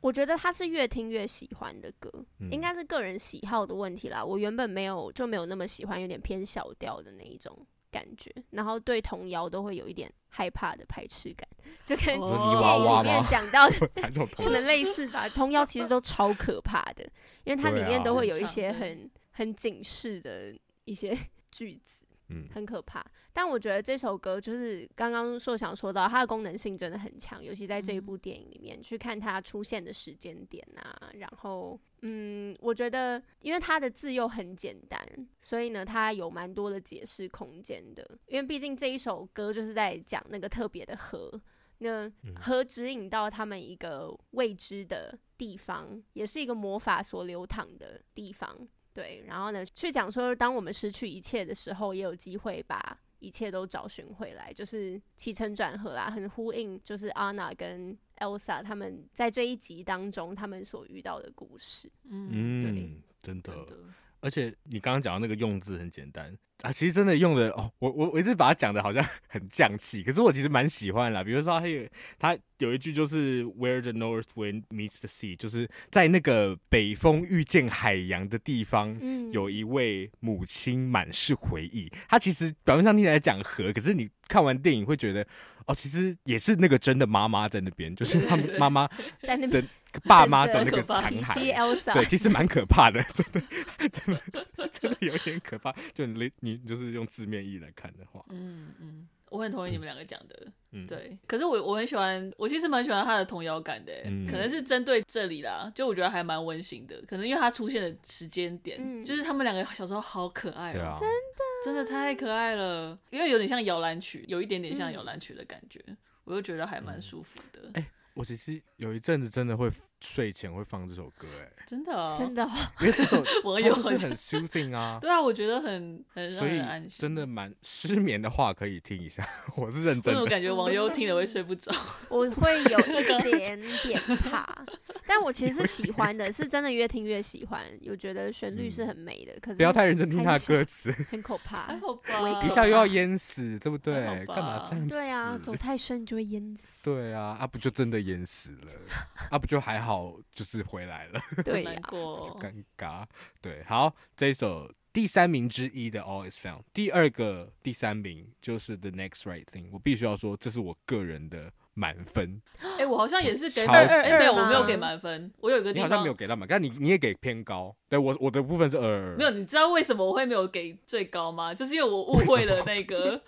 S2: 我觉得它是越听越喜欢的歌，
S1: 嗯
S2: 应该是个人喜好的问题啦。我原本没有就没有那么喜欢，有点偏小调的那一种感觉，然后对童谣都会有一点害怕的排斥感，就跟
S1: 泥
S3: 哦
S2: 电
S1: 娃
S2: 影
S1: 娃
S2: 里面
S1: 吗？
S2: 讲到的
S1: [laughs] 哪种童
S2: 可能类似吧。童谣其实都超可怕的，因为它里
S1: 对啊
S2: 面都会有一
S3: 很
S2: 些
S3: 长的
S2: 很很警示的一些 [laughs] 句子，
S1: 嗯
S2: 很可怕。但我觉得这首歌就是刚刚硕想说到，它的功能性真的很强，尤其在这一部电影里面，去看它出现的时间点啊，然后。嗯，我觉得，因为它的字又很简单，所以呢，它有蛮多的解释空间的。因为毕竟这一首歌就是在讲那个特别的河，那河指引到他们一个未知的地方，也是一个魔法所流淌的地方。对，然后呢，去讲说，当我们失去一切的时候，也有机会把一切都找寻回来，就是起承转合啦，很呼应就是 Anna 跟 Elsa 他们在这一集当中他们所遇到的故事。
S3: 嗯，
S1: 嗯，真的
S3: 真。的
S1: 而且你刚刚讲到那个用字很简单啊，其实真的用的哦，我我我一直把它讲的好像 [laughs] 很降气，可是我其实蛮喜欢啦。比如说它有它有一句就是 Where the North Wind meets the sea，就是在那个北风遇见海洋的地方。
S2: 嗯
S1: 有一位母亲满是回忆，它其实表面上听起来讲和，可是你看完电影会觉得，哦，其实也是那个真的妈妈在那边，就是他们妈妈
S2: 在那
S1: 的
S2: 边
S1: 爸妈的
S2: 等
S1: 那
S2: 着
S1: 个
S3: 爸爸
S1: 残
S2: 提
S1: 骸
S2: 息，
S1: 对，
S2: Elsa，
S1: 其实蛮可怕的，真的，真的，真的有点可怕。就你你就是用字面意义来看的话，
S3: 嗯嗯，我很同意你们两个讲的。
S1: 嗯，，
S3: 对，可是我我很喜欢，我其实蛮喜欢他的童谣感的欸、
S1: 嗯
S3: 可能是针对这里啦，就我觉得还蛮温馨的。可能因为他出现的时间点，
S2: 嗯
S3: 就是他们两个小时候好可爱、
S1: 对
S3: 哦，
S1: 啊，
S3: 真的太可爱了，因为有点像摇篮曲，有一点点
S2: 嗯
S3: 像摇篮曲的感觉，我就觉得还蛮舒服的。
S1: 哎我其实有一阵子真的会睡前会放这首歌，哎，
S3: 真的、哦，
S2: 真的哦、
S1: 因为这首
S3: [laughs] 我
S1: 它
S3: 有
S1: 就是很 soothing 啊。
S3: 对啊，我觉得很很让
S1: 所以
S3: 人安心。
S1: 真的蛮失眠的话，可以听一下。我是认真
S3: 我怎么
S1: 的，
S3: 感觉网友听了会睡不着？
S2: 我会
S1: [laughs]
S2: 有一点点怕，但我其实是喜欢的，是真的越听越喜欢，有觉得旋律是很美的，可
S1: 嗯
S2: 是
S1: 不要太认真听他
S2: 还
S1: 的
S2: 是
S1: 歌词，
S2: 很可
S1: [laughs]
S3: 还
S2: 怕。
S3: [laughs] 哦好
S2: 我一
S3: 吧，
S2: 可
S1: 一
S2: 怕
S1: 下又要淹死，对不对
S3: 还好？吧
S1: 干嘛这样子？
S2: 对
S1: [laughs]
S2: 啊，走太深就会淹死。
S1: 对啊，啊不就真的淹死了？啊不就还好，就是回来了。
S2: 对啊呀、
S3: 难过哦、
S1: 尴尬。对，好，这一首第三名之一的《All Is Found》，第二个第三名就是《The Next Right Thing》。我必须要说，这是我个人的满分。
S3: 哎、我好像也是给
S1: 超
S3: 二二，
S1: 级
S3: 哎没有，
S2: 二
S3: 我没有
S2: 吗
S3: 给满分，我有一个
S1: 你
S3: 地
S1: 好
S3: 方
S1: 像没有给到满，但你你也给偏高。对我我的部分是二二，[laughs]
S3: 没有，你知道为什么我会没有给最高吗？就是因为我误会了那个，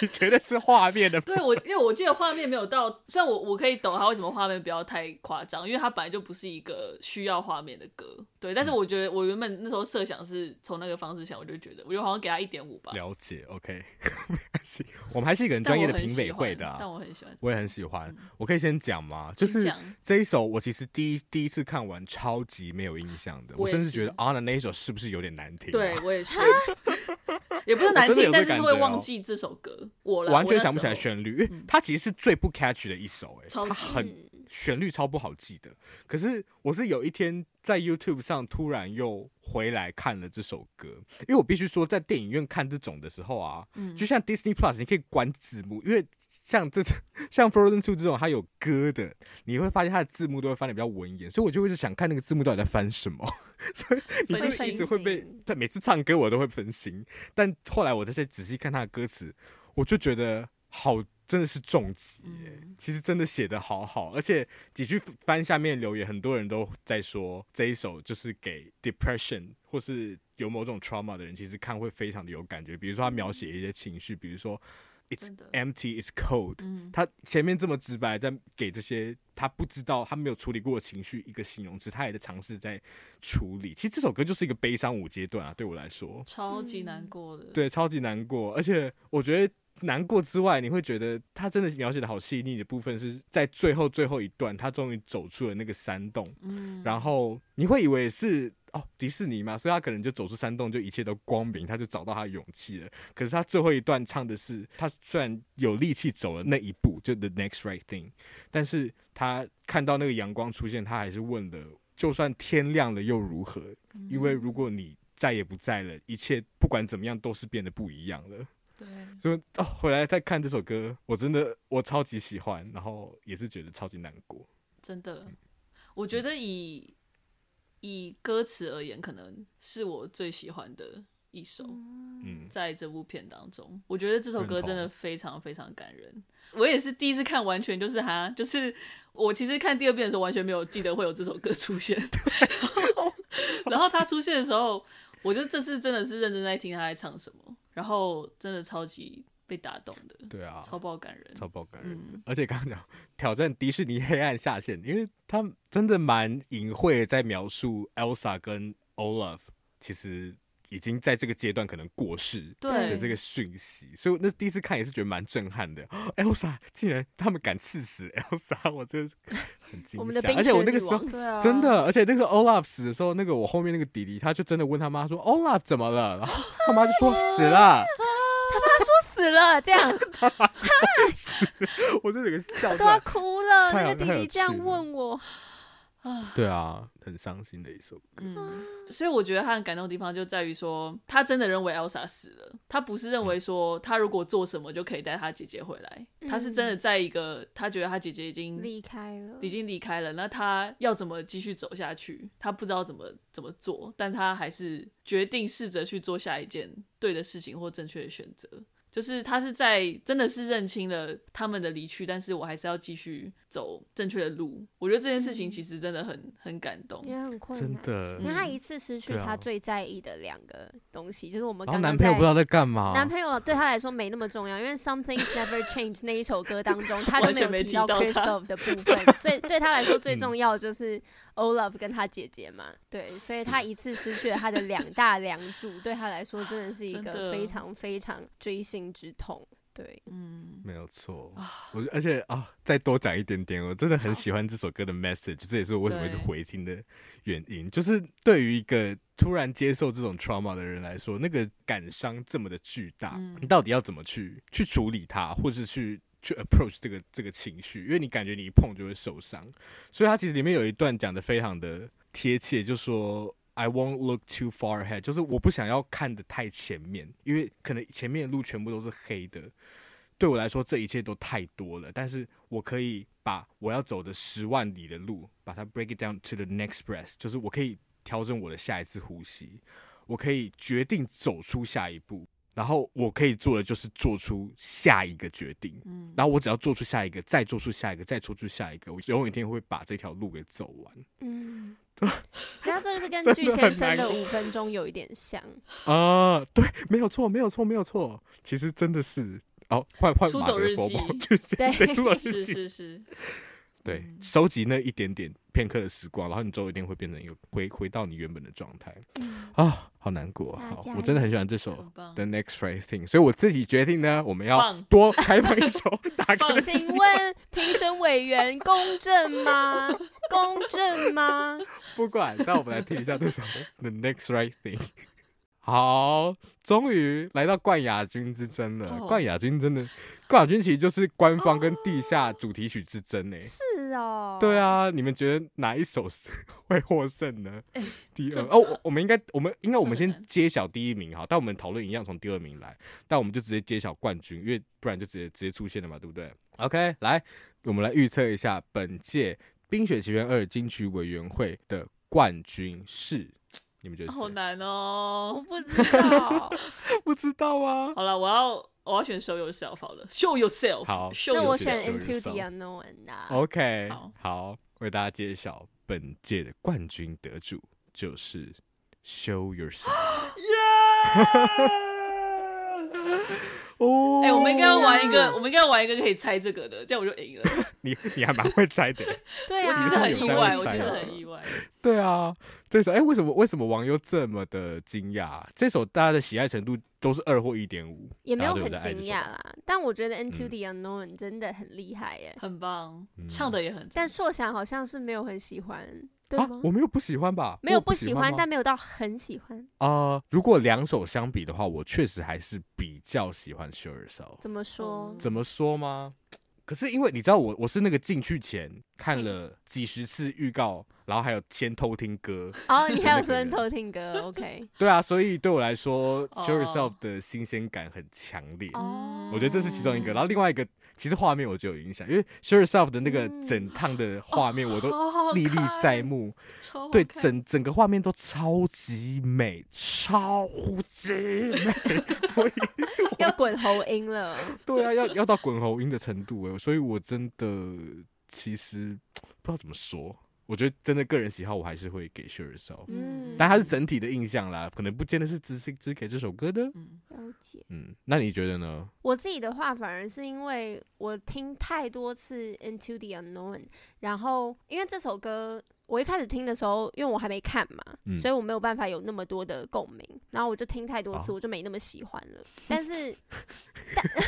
S1: 你觉得是画面的
S3: 对我，因为我记得画面没有到，虽然我我可以懂他为什么画面不要太夸张，因为他本来就不是一个需要画面的歌，对。
S1: 嗯
S3: 但是我觉得我原本那时候设想是从那个方式想，我就觉得我就好像给他一点五吧。
S1: 了解，OK，没 [laughs] 关系，我们还是一个很
S3: 但
S1: 专业
S3: 我
S1: 的
S3: 很
S1: 评
S3: 喜
S1: 委会
S3: 欢
S1: 的啊、
S3: 但我很喜欢，
S1: 我也很喜欢，我可以先讲吗？就
S3: 请
S1: 是
S3: 讲
S1: 这一首，我其实第一第一次看完超级没有印象的，我
S3: 我也
S1: 甚至
S3: 是
S1: 觉得 Anna 那一首是不是有点难听、啊？ [laughs]
S3: 对我也是，也不是难
S1: 我真的
S3: 听，
S1: 有这
S3: 但是
S1: 感觉
S3: 会
S1: 哦
S3: 忘记这首歌。我啦
S1: 完全
S3: 我那
S1: 想不起来
S3: 时候嗯
S1: 旋律，因为它其实是最不 catch 的一首、欸，
S3: 超
S1: 它
S3: 级
S1: 很
S2: 嗯
S1: 旋律超不好记的。可是我是有一天在 YouTube 上突然又回来看了这首歌，因为我必须说，在电影院看这种的时候啊，
S2: 嗯
S1: 就像 Disney Plus，你可以关字幕，因为像这种像 Frozen Two 这种它有歌的，你会发现它的字幕都会翻的比较文言，所以我就会是想看那个字幕到底在翻什么， [laughs] 所以你就
S2: 分
S1: 是一
S2: 心
S1: 直会被
S2: 型，
S1: 但每次唱歌我都会分心，但后来我再仔细看他的歌词，我就觉得好，真的是重击
S2: 嗯
S1: 耶、
S3: 嗯
S1: 其实真的写的好好，而且几句翻下面留言，很多人都在说这一首就是给 depression 或是有某种 trauma 的人，其实看会非常的有感觉。比如说他描写一些情绪，比如说 it's
S3: 真的
S1: empty, it's cold，、
S3: 嗯
S1: 他前面这么直白，在给这些他不知道、他没有处理过的情绪一个形容词，他也在尝试在处理。其实这首歌就是一个悲伤五阶段啊，对我来说，
S3: 超级难过的。
S1: 嗯对，超级难过。而且我觉得难过之外，你会觉得他真的描写的好细腻的部分是在最后最后一段，他终于走出了那个山洞，
S3: 嗯，
S1: 然后你会以为是哦迪士尼嘛，所以他可能就走出山洞，就一切都光明，他就找到他的勇气了。可是他最后一段唱的是，他虽然有力气走了那一步，就 the next right thing，但是他看到那个阳光出现，他还是问了，就算天亮了又如何？
S3: 嗯
S1: 因为如果你再也不在了，一切不管怎么样都是变得不一样了。
S3: 对，
S1: 所以哦，回来再看这首歌，我真的我超级喜欢，然后也是觉得超级难过。
S3: 真的，
S1: 嗯
S3: 我觉得以以歌词而言，可能是我最喜欢的一首。
S1: 嗯，
S3: 在这部片当中，我觉得这首歌
S1: 认同
S3: 真的非常非常感人。我也是第一次看，完全就是哈，就是我其实看第二遍的时候，完全没有记得会有这首歌
S1: [laughs]
S3: 出现。然后然后它出现的时候，我就这次真的是认真在听他在唱什么，然后真的超级被打动的，
S1: 对啊，
S3: 超爆感人。嗯
S1: 超爆感人的。而且刚刚讲挑战迪士尼黑暗下线，因为他真的蛮隐晦地在描述 Elsa 跟 Olaf 其实已经在这个阶段可能过世的
S3: 对，
S1: 这个讯息，所以我那第一次看也是觉得蛮震撼的。Elsa 竟然他们敢刺死 Elsa，我 [laughs] 真的是很惊
S2: 我们的
S1: 吓。
S2: 冰
S1: 而且我
S2: 雪
S1: 那个
S2: 女
S1: 时候
S2: 王，
S3: 对啊，
S1: 真的，而且那个 Olaf 死的时候，那个我后面那个弟弟，他就真的问他妈说 Olaf 怎么了，然后他妈就
S2: [laughs]
S1: 说死了，
S2: 死了这样
S1: [laughs] 我就整个笑出
S2: 都要
S1: 来。
S2: 哭了。
S1: 太
S2: 那
S1: 有
S2: 个弟
S1: 太有
S2: 弟这样
S1: 趣了
S2: 问我，
S1: 对啊，很伤心的一首歌。
S3: 所以我觉得他很感动的地方就在于说，他真的认为 Elsa 死了，他不是认为说他如果做什么就可以带他姐姐回来，他是真的在一个他觉得他姐姐已经
S2: 离开了
S3: 已，经离开了，那他要怎么继续走下去？他不知道怎么怎么做，但他还是决定试着去做下一件对的事情或正确的选择。就是他是在真的是认清了他们的离去，但是我还是要继续走正确的路。我觉得这件事情其实真的很很感动。
S2: 也很困
S1: 真
S2: 难。
S1: 的
S2: 因为他一次失去
S1: 对啊
S2: 他最在意的两个东西，就是我们
S1: 然后
S2: 刚
S1: 男朋
S2: 刚
S1: 友
S2: 在
S1: 不知道在干嘛，
S2: 男朋友对他来说没那么重要，因为 Something's Never Change 那一首歌当中，他
S3: 完
S2: 就
S3: 全
S2: 没有
S3: 没
S2: 提
S3: 提
S2: 到
S3: 到他
S2: Christoph 的部分，最对他来说
S1: 嗯
S2: 最重要的就是 Olaf 跟他姐姐嘛，对，所以他一次失去了他的两大梁柱，对他来说真的是一
S3: 真
S2: 个
S3: 的
S2: 非常非常锥心之痛。对，
S3: 嗯，
S1: 没有错。我而且啊、再多讲一点点，我真的很喜欢这首歌的 message，这也是我为什么是
S3: 对
S1: 回听的原因。就是对于一个突然接受这种 trauma 的人来说，那个感伤这么的巨大，你到底要怎么去去处理它，或是去去 approach 这个这个情绪？因为你感觉你一碰就会受伤，所以它其实里面有一段讲的非常的贴切，就说 I won't look too far ahead，就是我不想要看的太前面，因为可能前面的路全部都是黑的。对我来说，这一切都太多了，但是我可以把我要走的十万里的路，把它 break it down to the next breath，就是我可以调整我的下一次呼吸，我可以决定走出下一步，然后我可以做的就是做出下一个决定，
S3: 嗯
S1: 然后我只要做出下一个，再做出下一个，再做出下一个，我永远一天会把这条路给走完。
S2: 嗯， [laughs] 然后这个是跟
S1: 真的
S2: 巨先
S1: 很
S2: 生
S1: 难
S2: 的
S1: 过
S2: 五分钟有一点像，
S1: [laughs] 啊、对，没有错，没有错，没有错，其实真的是哦，换换
S3: 出
S1: 马
S3: 走
S1: 德
S3: 日
S1: 佛
S3: 记
S1: 宝， [laughs] 就是
S2: 对
S1: 对，出走日
S3: 是
S1: 记，
S3: [laughs] 是是，
S1: 对，
S3: 嗯
S1: 收集那一点点片刻的时光，然后你周一天会变成一个回回到你原本的状态
S2: 嗯
S1: 啊，好难过啊！
S2: 大
S1: 好
S2: 家
S1: 我真的很喜欢这首
S3: 很棒
S1: The Next Right Thing，所以我自己决定呢，我们要
S3: 放
S1: 多开放一首 [laughs] 打开
S3: 放
S2: 请问评审委员公正吗？公正吗？
S1: 不管，那我们来听一下这首 The Next Right Thing。好，终于来到冠亚军之争了。
S3: 哦
S1: 冠亚军真的，冠亚军其实就是官方跟地下主题曲之争欸呢、
S2: [laughs] 是哦，
S1: 对，啊，你们觉得哪一首是会获胜
S3: [laughs]
S1: 呢？第二
S3: 哎这
S1: 哦，我我们应该，我们应该我们
S3: 这很
S1: 先
S3: 难
S1: 揭晓第一名哈，但我们讨论一样从第二名来，但我们就直接揭晓冠军，因为不然就直接直接出现了嘛，对不对？OK，来，我们来预测一下本届《冰雪奇缘二》金曲委员会的冠军是，你们觉得是谁？
S3: 好难
S2: 我
S3: 哦。
S2: 不知 [laughs] 道。
S1: [laughs] 不知道啊。
S3: 好了，我要我要选 show yourself 好了，show yourself。
S1: 好
S3: show
S2: 那我
S3: yourself
S2: 选
S1: 有哦
S2: Into the
S1: 有
S2: Unknown 啊。 [laughs]
S1: OK，
S3: 好
S1: 为大家揭晓本届的冠军得主就是 Show Yourself。哦
S3: 哎、我们应该要玩一个，
S2: 嗯
S3: 我们应该要玩一个可以猜这个的，这样我就赢了。
S1: 你你还蛮会猜
S2: [laughs]
S1: 的。
S2: 对啊，
S3: 我其实很意
S1: 我
S3: 外，
S1: 有
S3: 我
S1: 在
S3: 其
S1: 猜
S3: 实
S1: 啊
S3: 很意外。
S1: 对啊，这首哎、为什么为什么网友这么的惊讶？啊这首大家的喜爱程度都是二或一点五，
S2: 也没有
S1: 大家
S2: 很
S1: 都在爱
S2: 惊
S1: 这首
S2: 讶啦。但我觉得 Into
S1: 嗯
S2: the Unknown 真的很厉害耶，
S3: 很棒
S1: 嗯，
S3: 唱的也很赞。
S2: 但硕翔好像是没有很喜欢，对
S1: 啊
S2: 吗？，
S1: 我没有不喜欢吧？我
S2: 没有
S1: 有
S2: 不喜
S1: 喜
S2: 欢，
S1: 吗
S2: 但没有到很喜欢。
S1: 呃，如果两首相比的话，我确实还是比较喜欢 Show Yourself。
S2: 怎么说
S3: 嗯？
S1: 怎么说吗？可是因为你知道我我是那个进去前看
S3: [laughs]
S1: 了几十次预告，然后还有先偷听歌，
S2: [laughs] 哦，你还有
S1: 怎么可能
S2: 说偷听歌？OK， [laughs]
S1: 对啊，所以对我来说、
S3: 哦
S1: s h o w Yourself 的新鲜感很强烈。
S2: 哦，
S1: 我觉得这是其中一个，
S3: 嗯
S1: 然后另外一个其实画面我就有影响，因为 Show Yourself 的那个
S2: 嗯
S1: 整趟的画面我都
S3: 好嗯哦好
S1: 历历在
S3: 看，
S1: 目，
S3: 超好
S1: 对
S3: 看
S1: 整整个画面都超级美，超级美， [laughs] 所以
S2: 要滚喉音了。
S1: [laughs] 对啊，要要到滚喉音的程度哎，所以我真的其实不知道怎么说。我觉得真的个人喜好，我还是会给 Sure Yourself，
S2: 嗯，
S1: 但它是整体的印象啦，可能不见得是只是只给这首歌的。
S3: 嗯，
S2: [laughs] 了解。
S1: 嗯，那你觉得呢？
S2: 我自己的话，反而是因为我听太多次《Into the Unknown》，然后因为这首歌我一开始听的时候，因为我还没看嘛，
S1: 嗯
S2: 所以我没有办法有那么多的共鸣，然后我就听太多次，
S1: 哦
S2: 我就没那么喜欢了。但是，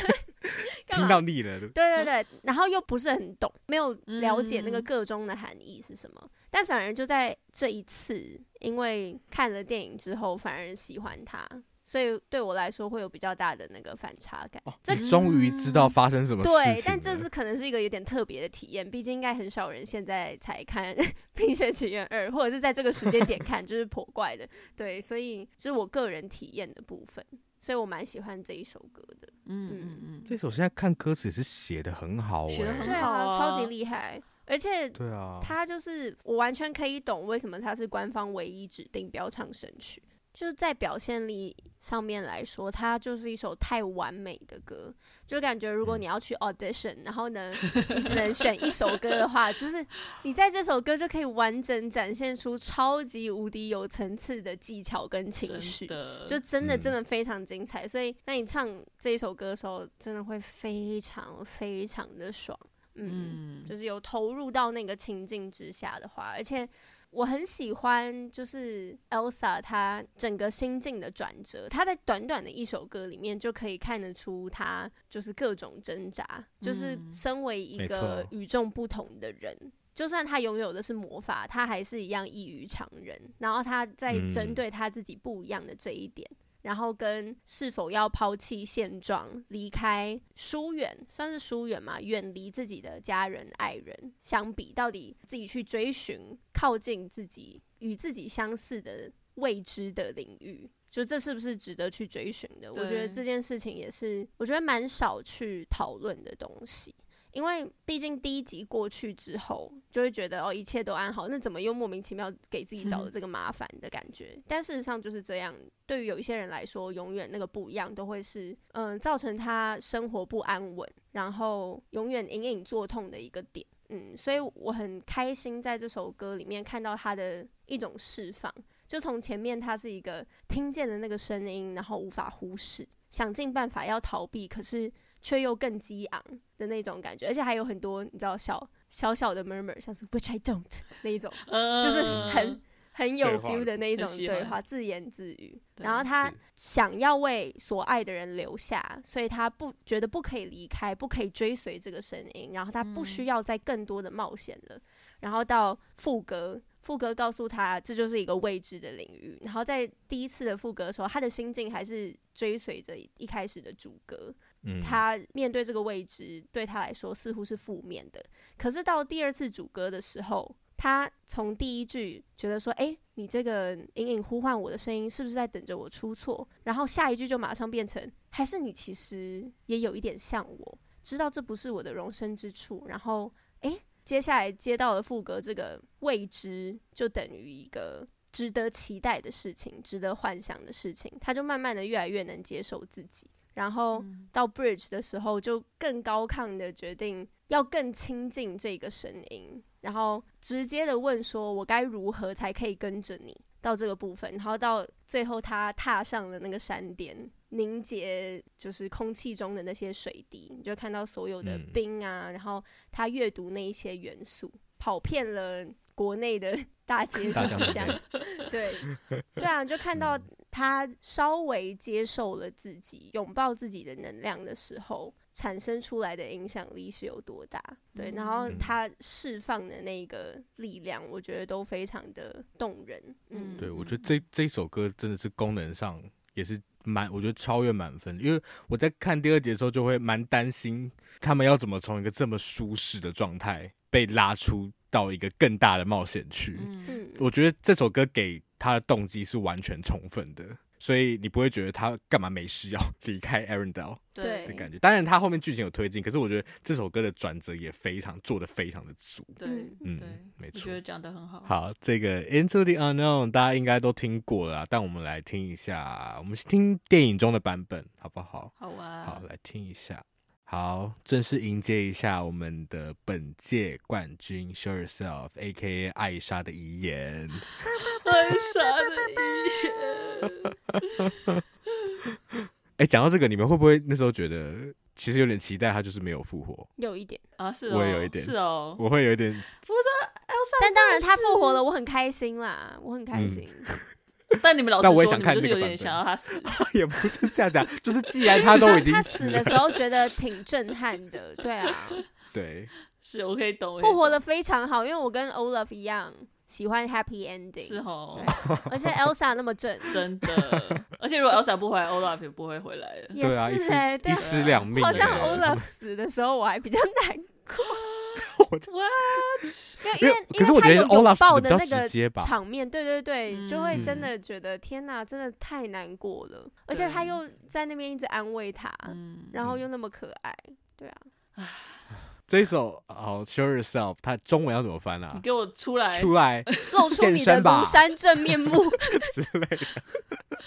S2: 但
S1: 听
S2: [laughs] 干嘛
S1: 到？腻了，对不对
S2: 对对对，然后又不是很懂，没有了解那个
S3: 嗯
S2: 个中的含义是什么。但反而就在这一次，因为看了电影之后，反而喜欢它，所以对我来说会有比较大的那个反差感。
S1: 哦
S2: 这嗯
S1: 你终于知道发生什哦么事情了。
S2: 对，但这是可能是一个有点特别的体验，毕竟应该很少人现在才看 [laughs] 《冰雪奇缘二》，或者是在这个时间点看，就是颇怪的。对，所以这是我个人体验的部分，所以我蛮喜欢这一首歌的。
S3: 嗯
S2: 嗯
S3: 嗯
S1: 这
S3: 嗯，
S1: 首现在看歌词也是写的很好哎，
S3: 写得很
S2: 对
S3: 好
S2: 啊，
S3: 啊
S2: 超级厉害，而且
S1: 对啊，
S2: 它就是我完全可以懂为什么它是官方唯一指定标唱神曲。就是在表现力上面来说，它就是一首太完美的歌，就感觉如果
S1: 嗯
S2: 你要
S3: [laughs]
S2: 去 audition，然后呢，你只能选一首歌的话，就是你在这首歌就可以完整展现出超级无敌有层次的技巧跟情绪
S3: 真，的
S2: 就真的
S1: 嗯
S2: 真的非常精彩。所以，那你唱这一首歌的时候，真的会非常非常的爽，嗯
S3: 嗯，
S2: 就是有投入到那个情境之下的话，而且我很喜欢，就是 Elsa 她整个心境的转折，她在短短的一首歌里面就可以看得出她就是各种挣扎，就是
S3: 嗯
S2: 身为一
S1: 没
S2: 个
S1: 错
S2: 与众不同的人。就算她拥有的是魔法，她还是一样异于常人。然后她在
S1: 嗯
S2: 针对她自己不一样的这一点，然后跟是否要抛弃现状、离开、疏远，算是疏远嘛，远离自己的家人、爱人相比，到底自己去追寻靠近自己与自己相似的未知的领域，就这是不是值得去追寻的？我
S3: 对
S2: 觉得这件事情也是我觉得蛮少去讨论的东西。因为毕竟第一集过去之后，就会觉得哦，一切都安好，那怎么又莫名其妙给自己找了这个麻烦的感觉？但事实上就是这样，对于有一些人来说，永远那个不一样都会是，嗯、造成他生活不安稳，然后永远隐隐作痛的一个点。嗯，所以我很开心在这首歌里面看到他的一种释放，就从前面他是一个听见的那个声音，然后无法忽视，想尽办法要逃避，可是却又更激昂的那种感觉，而且还有很多你知道小小小的 murmur，像是 which I don't 那一种。
S3: 呃
S2: 就是很很有
S1: 对话
S2: feel 的那一
S3: 很
S2: 种
S3: 喜
S2: 对
S3: 欢
S2: 话，自言自语。
S3: 对
S2: 然后他
S1: 是
S2: 想要为所爱的人留下，所以他不觉得不可以离开，不可以追
S3: 嗯
S2: 随这个声音，然后他不需要再更多的冒险了。然后到副歌，副歌告诉他这就是一个未知的领域。然后在第一次的副歌的时候，他的心境还是追随着一开始的主歌，
S1: 嗯，
S2: 他面对这个未知对他来说似乎是负面的。可是到第二次主歌的时候，他从第一句觉得说：“哎、你这个隐隐呼唤我的声音，是不是在等着我出错？”然后下一句就马上变成：“还是你其实也有一点像我，知道这不是我的容身之处。”然后，哎、接下来接到了副歌这个未知，就等于一个。值得期待的事情，值得幻想的事情，他就慢慢的越来越能接受自己，然后到 bridge 的时候，就更高亢的决定要更亲近这个声音，然后直接的问说：“我该如何才可以跟着你？”到这个部分，然后到最后，他踏上了那个山巅，凝结就是空气中的那些水滴，你就看到所有的
S1: 嗯
S2: 冰啊，然后他阅读那一些元素，跑遍了国内的 [laughs] 大街
S1: 大
S2: 小
S1: 江
S2: 巷
S1: 南， [laughs]
S2: 对，对啊，就看
S1: 嗯
S2: 到他稍微接受了自己、拥抱自己的能量的时候，产生出来的影响力是有多大？对，然后
S1: 嗯
S2: 他释放的那个力量，我觉得都非常的动人。嗯，
S1: 对，我觉得这这首歌真的是功能上也是蛮，我觉得超越满分。因为我在看第二节的时候，就会蛮担心他们要怎么从一个这么舒适的状态被拉出到一个更大的冒险去。
S3: 嗯，
S2: 嗯，
S1: 我觉得这首歌给他的动机是完全充分的，所以你不会觉得他干嘛没事要 [laughs] 离开 Arendelle
S2: 对
S1: 的
S3: 对
S1: 感觉。当然，他后面剧情有推进，可是我觉得这首歌的转折也非常做的非常的足。
S3: 对
S1: 嗯
S3: 对，
S1: 没
S3: 我
S1: 错
S3: 觉得讲的很
S2: 哦
S3: 好。
S1: 好，这个 Into the Unknown 大家应该都听过了啊，但我们来听一下，我们先听电影中的版本，好不好？
S3: 好啊，
S1: 好， [laughs] 来听一下。好，正式迎接一下我们的本届冠军 Show Yourself，A.K.A. 艾莎的遗言。
S3: 艾莎的遗言，
S1: 哎、讲到这个，你们会不会那时候觉得其实有点期待他就是没有复活？
S2: 有一点，
S3: 啊，是
S1: [laughs]
S3: 哦，
S1: 我也有一点
S3: 是哦，
S1: 我会有一点， [laughs]
S2: 但当然他复活了，我很开心啦，我很开
S1: 嗯
S2: 心。
S3: 但你们老
S1: 但
S3: 实
S1: 我
S3: 说，
S1: 也想
S3: 你
S1: 看
S3: 们就是
S1: 那个
S3: 有
S1: 版
S3: 点
S1: 本
S3: 想要他死， [laughs]
S1: 也不是这样
S2: [laughs]
S1: 讲，就是既然他都已经
S2: 他
S1: 死
S2: 死
S1: 了
S2: 的，
S1: [laughs]
S2: 时候觉得挺震撼的，对啊，
S1: 对，
S3: 是我可以懂，我可以
S2: 复活
S3: 懂
S2: 的非常好，因为我跟 Olaf 一样喜欢 Happy Ending，
S3: 是哦，
S2: 对而且 Elsa 那么正，
S3: 真的， [laughs] 而且如果 Elsa 不回来，Olaf 也不会回来的。
S2: 也
S1: 对啊，一
S2: 是
S1: 尸、
S2: 哎、对
S1: 一
S2: 啊，
S1: 尸两命、欸，
S2: 好像
S1: 他们
S2: Olaf 死的时候，我还比较难过。
S3: 哇，
S2: [laughs] 因为
S1: 可是我觉
S2: 他
S1: 得
S2: 有
S1: Olaf
S2: 拥抱
S1: 死的
S2: 的
S1: 比较
S2: 那
S1: 直
S2: 个
S1: 接吧，
S2: 场面，对对对，就会真
S1: 嗯
S2: 的觉得天哪，真的太难过了。而且他
S3: 对
S2: 又在那边一直安慰他，
S3: 嗯，
S2: 然后又那么可爱，对啊，
S1: 这一首好 Show Yourself，它中文要怎么翻
S3: 你
S1: 啊？
S3: 给我出来，
S1: 出来
S2: [laughs] 露出
S1: 现
S2: 你的
S1: 身吧
S2: 庐山正面 [laughs] 目，
S1: 之类的，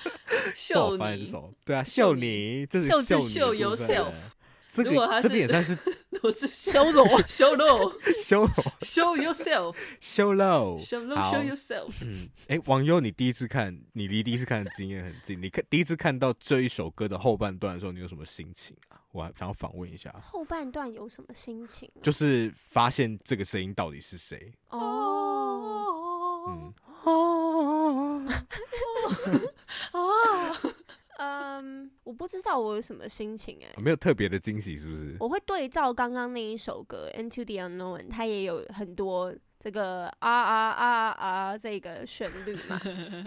S1: 不
S3: 秀
S1: 好翻译这 [laughs]
S3: 你，
S1: 首对啊，秀你就是
S3: 秀自
S1: 你
S3: 秀
S1: 的部分
S3: yourself
S1: 这
S3: 如果它
S1: 个
S3: 是
S1: 这边也算是 [laughs]
S3: 罗志祥
S2: 修罗。
S1: 啊
S3: ，show low，
S1: 修楼
S3: show yourself，show
S1: 修楼。哦好
S3: low，show yourself，
S1: 嗯，哎，网友，你第一次看，你离第一次看的经验很近。你看第一次看到这一首歌的后半段的时候，你有什么心情啊？我还想要访问一下，
S2: 后半段有什么心情啊？
S1: 就是发现这个声音到底是谁？
S2: 哦，
S1: 嗯，
S2: [laughs]
S1: [laughs] 啊
S2: 嗯，我不知道我有什么心情哎、
S1: 没有特别的惊喜，是不是？
S2: 我会对照刚刚那一首歌《Into the Unknown》，它也有很多这个啊啊啊啊这个旋律
S1: [laughs]
S2: 嘛，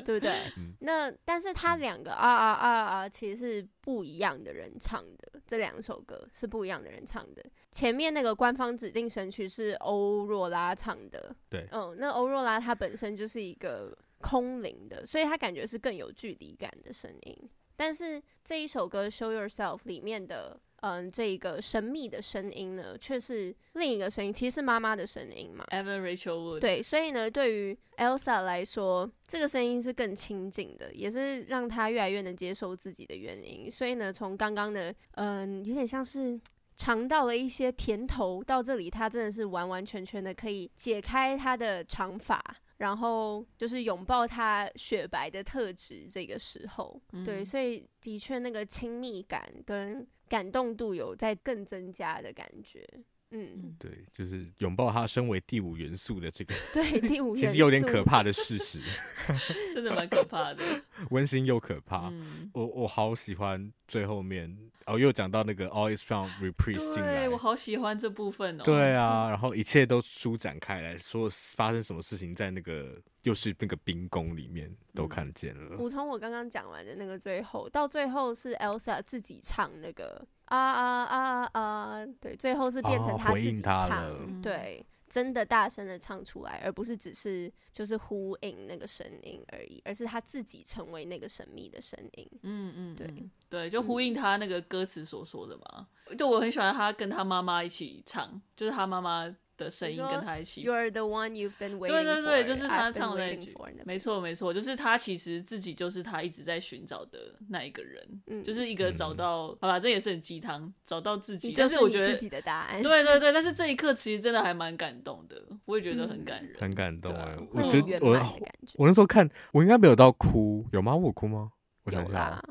S2: 对不对？
S1: 嗯
S2: 那但是它两个啊啊啊啊其实是不一样的人唱的，这两首歌是不一样的人唱的。前面那个官方指定神曲是欧若拉唱的，
S1: 对
S2: 嗯，那欧若拉她本身就是一个空灵的，所以她感觉是更有距离感的声音。但是这一首歌《Show Yourself》里面的，嗯，这一个神秘的声音呢，却是另一个声音，其实是妈妈的声音嘛。
S3: Evan Rachel Wood，，
S2: 对，所以呢，对于 Elsa 来说，这个声音是更亲近的，也是让她越来越能接受自己的原因。所以呢，从刚刚的，嗯，有点像是尝到了一些甜头，到这里她真的是完完全全的可以解开她的长发。然后就是拥抱她雪白的特质，这个时候，
S3: 嗯
S2: 对，所以的确那个亲密感跟感动度有在更增加的感觉。嗯，
S1: 对，就是拥抱他身为第五元素的这个，
S2: 对，第
S3: [laughs]
S2: 五
S1: 其
S2: 元
S1: 实有点
S2: 素
S1: 可。怕的事
S2: [laughs]
S1: 实，
S3: 真的蛮可
S1: [laughs]
S3: 怕的。
S1: 温馨又可怕。
S3: 嗯，
S1: 我我好喜欢最后面哦，又讲到那个 All is found reprise 进来
S3: 对我，好喜欢这部分哦。
S1: 对啊，然后一切都舒展开来，说发生什么事情在那个又是那个冰宫里面都看见了。
S2: 补嗯充我刚刚讲完的那个最后，到最后是 Elsa 自己唱那个啊啊啊啊，对，最后是变成
S1: 哦
S2: 她
S1: 回
S2: 自
S1: 应
S2: 己
S1: 她
S2: 唱，
S1: 了
S3: 嗯
S2: 对，真的大声的唱出来，而不是只是就是呼应那个声音而已，而是她自己成为那个神秘的声音。
S3: 嗯嗯，
S2: 对
S3: 嗯对，就呼应他那个歌词所说的嘛。对，我很喜欢他跟他妈妈一起唱，就是他妈妈的声音
S2: 你说
S3: 跟他一起。
S2: You're the one you've been waiting
S3: [laughs] 对对
S2: for.
S3: 对，就是他
S2: I've been
S3: 唱的那
S2: waiting
S3: 一句
S2: for 那，
S3: 没错没错，就是他其实自己就是他一直在寻找的那一个人，
S2: 嗯
S3: 就是一个找到，好啦，这也是很鸡汤，找到自己，
S2: 你
S3: 但
S2: 就是是
S3: 我
S2: 你
S3: 觉得
S2: 自己的答案。
S3: 对
S2: [laughs]
S3: 对对，但是这一刻其实真的还蛮感动的，我也觉得很
S2: 嗯
S3: 感人。
S1: 很感动
S3: 对啊
S1: 哎、
S2: 会
S1: 我
S2: 有
S1: 觉
S2: 圆
S1: 得
S2: 满
S1: 我
S2: 的感觉。
S1: 我那时候看，我应该没有到哭，有吗？我有哭吗？我想
S2: 有
S1: 一下
S2: 啦
S1: 啊，，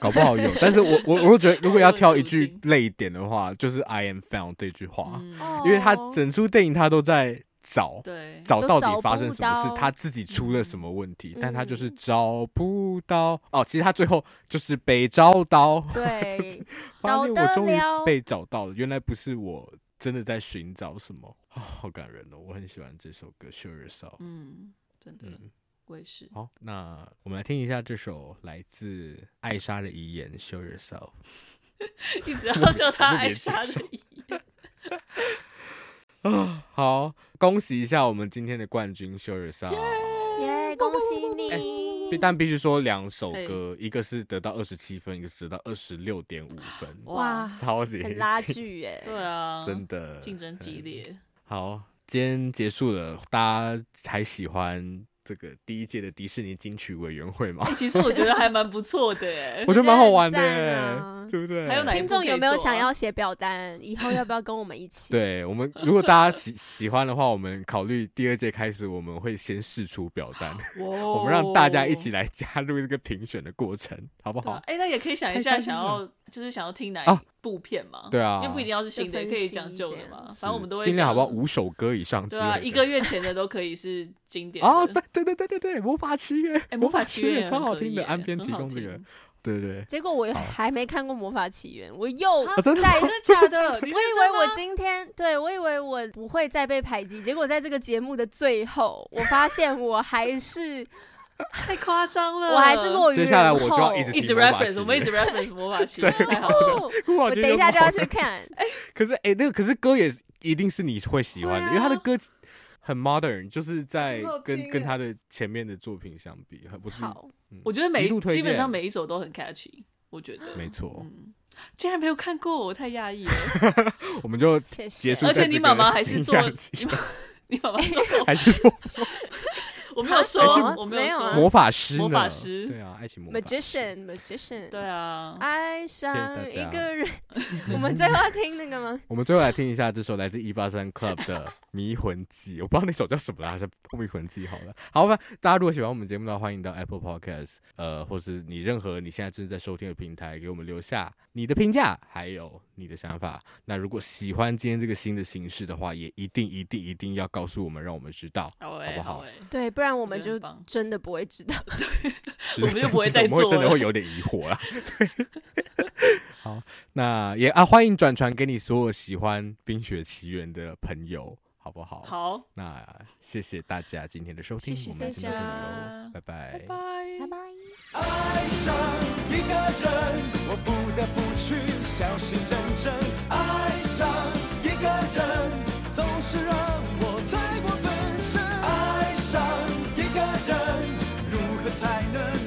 S1: 搞不好有，但是我 [laughs] 我我会觉得，如果要挑一
S3: 我有
S1: 句
S3: 听
S1: 泪点的话，就是 I am found 这句话，
S3: 嗯，
S1: 因为他
S2: 哦
S1: 整出电影他都在找，
S3: 对，
S1: 找
S2: 都
S1: 到
S2: 找
S1: 底发生
S2: 不
S1: 什么事
S2: 到，
S1: 他自己出了什么问题，但他就是
S2: 嗯
S1: 找不到。哦，其实他最后就是被找
S2: [laughs]
S1: 到， [laughs]
S2: 对，
S1: 发
S2: 找
S1: 现
S2: 得
S1: 我终于
S2: 了
S1: 被找到了，原来不是我真的在寻找什么啊、好感人哦！我很喜欢这首歌《Show Yourself》。
S3: 嗯，真的，
S1: 嗯，
S3: 我也是。
S1: 好，那我们来听一下这首来自艾莎的遗言《Show Yourself》。[laughs]
S3: 一直要叫他
S1: 我也
S3: 艾莎
S1: 是
S3: 的遗言。
S1: 好，恭喜一下我们今天的冠军《Show Yourself》。
S2: 耶，恭喜你！
S1: 但必须说两首
S3: 嘿
S1: 歌，一个是得到二十七分，一个是得到二十六点五分，
S3: 哇
S2: 哇，
S1: 超级
S2: 很拉
S1: 近，
S2: 锯耶。
S3: 对啊，
S1: [laughs] 真的
S3: 竞争激
S1: 很
S3: 烈。
S1: 好，今天结束了，大家还喜欢这个第一届的迪士尼金曲委员会
S3: [laughs]
S1: 吗？
S3: 欸其实我觉得还蛮不错的耶
S1: 我觉得蛮好玩的
S2: 我觉得
S1: 耶、
S2: 很赞啊
S1: 对不对？
S3: 还有哪一
S2: 听
S3: 部
S2: 众有没有
S3: 可以做啊
S2: 想要写表单？以后要不要跟我
S1: [laughs]
S2: 们一起？
S1: 对我们，如果大家喜喜欢的话，我们考虑第二届开始，我们会先试出表单，
S3: 我
S1: [laughs] 我们让大家一起来加入这个评选的过程，好不好？
S3: 哎、那也可以想一
S1: 太
S3: 下，
S1: 开心
S3: 想
S1: 了
S3: 要就是想要听哪一
S1: 啊
S3: 部片嘛？
S1: 对啊
S3: 因为不一定要是新
S2: 就
S3: 的，
S2: 分析
S3: 也可以讲旧的
S2: 这
S3: 嘛
S2: 样。
S3: 反正我们都会
S1: 尽量好不好？
S3: 讲
S1: 五首歌以上之
S3: 对
S1: 类的。
S3: 啊，一个月前的都可以是经典的 [laughs]
S1: 啊，对对对对对对，魔法契约，
S3: 哎，魔法
S1: 契
S3: 契约也
S1: 超
S3: 很
S1: 好
S3: 可以
S1: 听的，
S3: 耶
S1: 岸边
S3: 很
S1: 提
S3: 好
S1: 供这个
S3: 听，
S1: 对对
S2: 结果我
S1: 好
S2: 还没看过《魔法起源》，我又
S1: 啊
S3: [laughs]
S1: 真的
S2: 在
S3: 真的假
S2: [laughs]
S3: 的？
S2: 我
S3: 你
S2: 以
S3: 是
S2: 为
S3: 真
S2: 我
S3: 吗
S2: 今天对我以为我不会再被排挤，结果在这个节目的最后，我发现我还
S3: [laughs]
S2: 是
S3: 太夸张了，
S2: [laughs] 我还是落于
S1: 接下来
S2: 人
S1: 我就要
S2: 后
S1: 一直
S3: [laughs] 一直
S1: 提魔法契
S3: reference，
S1: 约
S3: 我们一直 reference 魔法契
S2: [laughs]
S3: 约，太好了。
S2: 哦
S1: 对，我
S2: 我等一下就要去。看。
S1: 可是哎、那个可是歌也是一定是你会喜欢的，
S3: 对啊
S1: 因为他的歌很 modern，就是在
S3: 很好
S1: 跟
S3: 听
S1: 跟
S3: 耶
S1: 他的前面的作品相比，很不是
S2: 好，
S3: [laughs] 我觉得每
S1: 极度推荐
S3: 基本上每一首都很 catchy，我觉得。嗯
S1: 没错。
S3: 竟然没有看过，我太讶异了。嗯
S1: 我们就
S2: 谢
S1: 结
S2: 谢。
S1: 束
S3: 而
S1: 在
S3: 且
S1: 这
S3: 你
S1: 个
S3: 妈妈还 [laughs] 是
S1: 惊
S3: 做，
S1: 讶集
S3: 你妈 [laughs] 你妈
S2: [laughs]
S3: 妈做，
S1: 还是做
S3: 我没有
S2: 还是
S3: 说，我没
S2: 没有
S3: 有
S2: 啊
S1: 魔
S3: 说，
S1: 法师呢？
S3: 魔法师
S1: 对啊，爱情魔法师
S2: Magician Magician，
S3: 对，啊，
S2: 爱上
S1: 大
S2: 一
S1: 家
S2: 个
S1: [laughs]
S2: 人，我们最后要听那个吗？
S1: 我们最后来听一下这首来自一八三 Club 的《迷魂记》， [laughs] 我不知道那首叫什么啦，还是《迷魂记》好了。好吧，大家如果喜欢我们节目的话，欢迎到 Apple Podcast，呃，或是你任何你现在正在收听的平台，给我们留下你的评价，还有你的想法。那如果喜欢今天这个新的形式的话，也一定一定一定要告诉我们，让我们知道，
S3: 好
S1: 好
S3: 哎
S1: 不好
S3: 哎，
S2: 对，不然我
S3: 我
S2: 们
S3: 觉
S2: 就
S3: 得很棒
S2: 真的不会知道。
S1: 我
S3: 我们就不会再
S1: 我们会
S3: 做
S1: 真的
S3: 了
S1: 会有点疑惑啦。 [laughs] 对，好，那也啊，欢迎转传给你所有喜欢《冰雪奇缘》的朋友，好不好？
S3: 好，
S1: 那谢谢大家今天的收听，
S3: 谢谢
S1: 我们今天就到这里
S3: 大
S1: 喽
S3: 家，
S1: 拜拜。
S3: 拜
S2: 拜。拜。
S4: 爱上一个人，我不得不去小心认真。爱上一个人，总是让我太过分身。爱上一个人，如何才能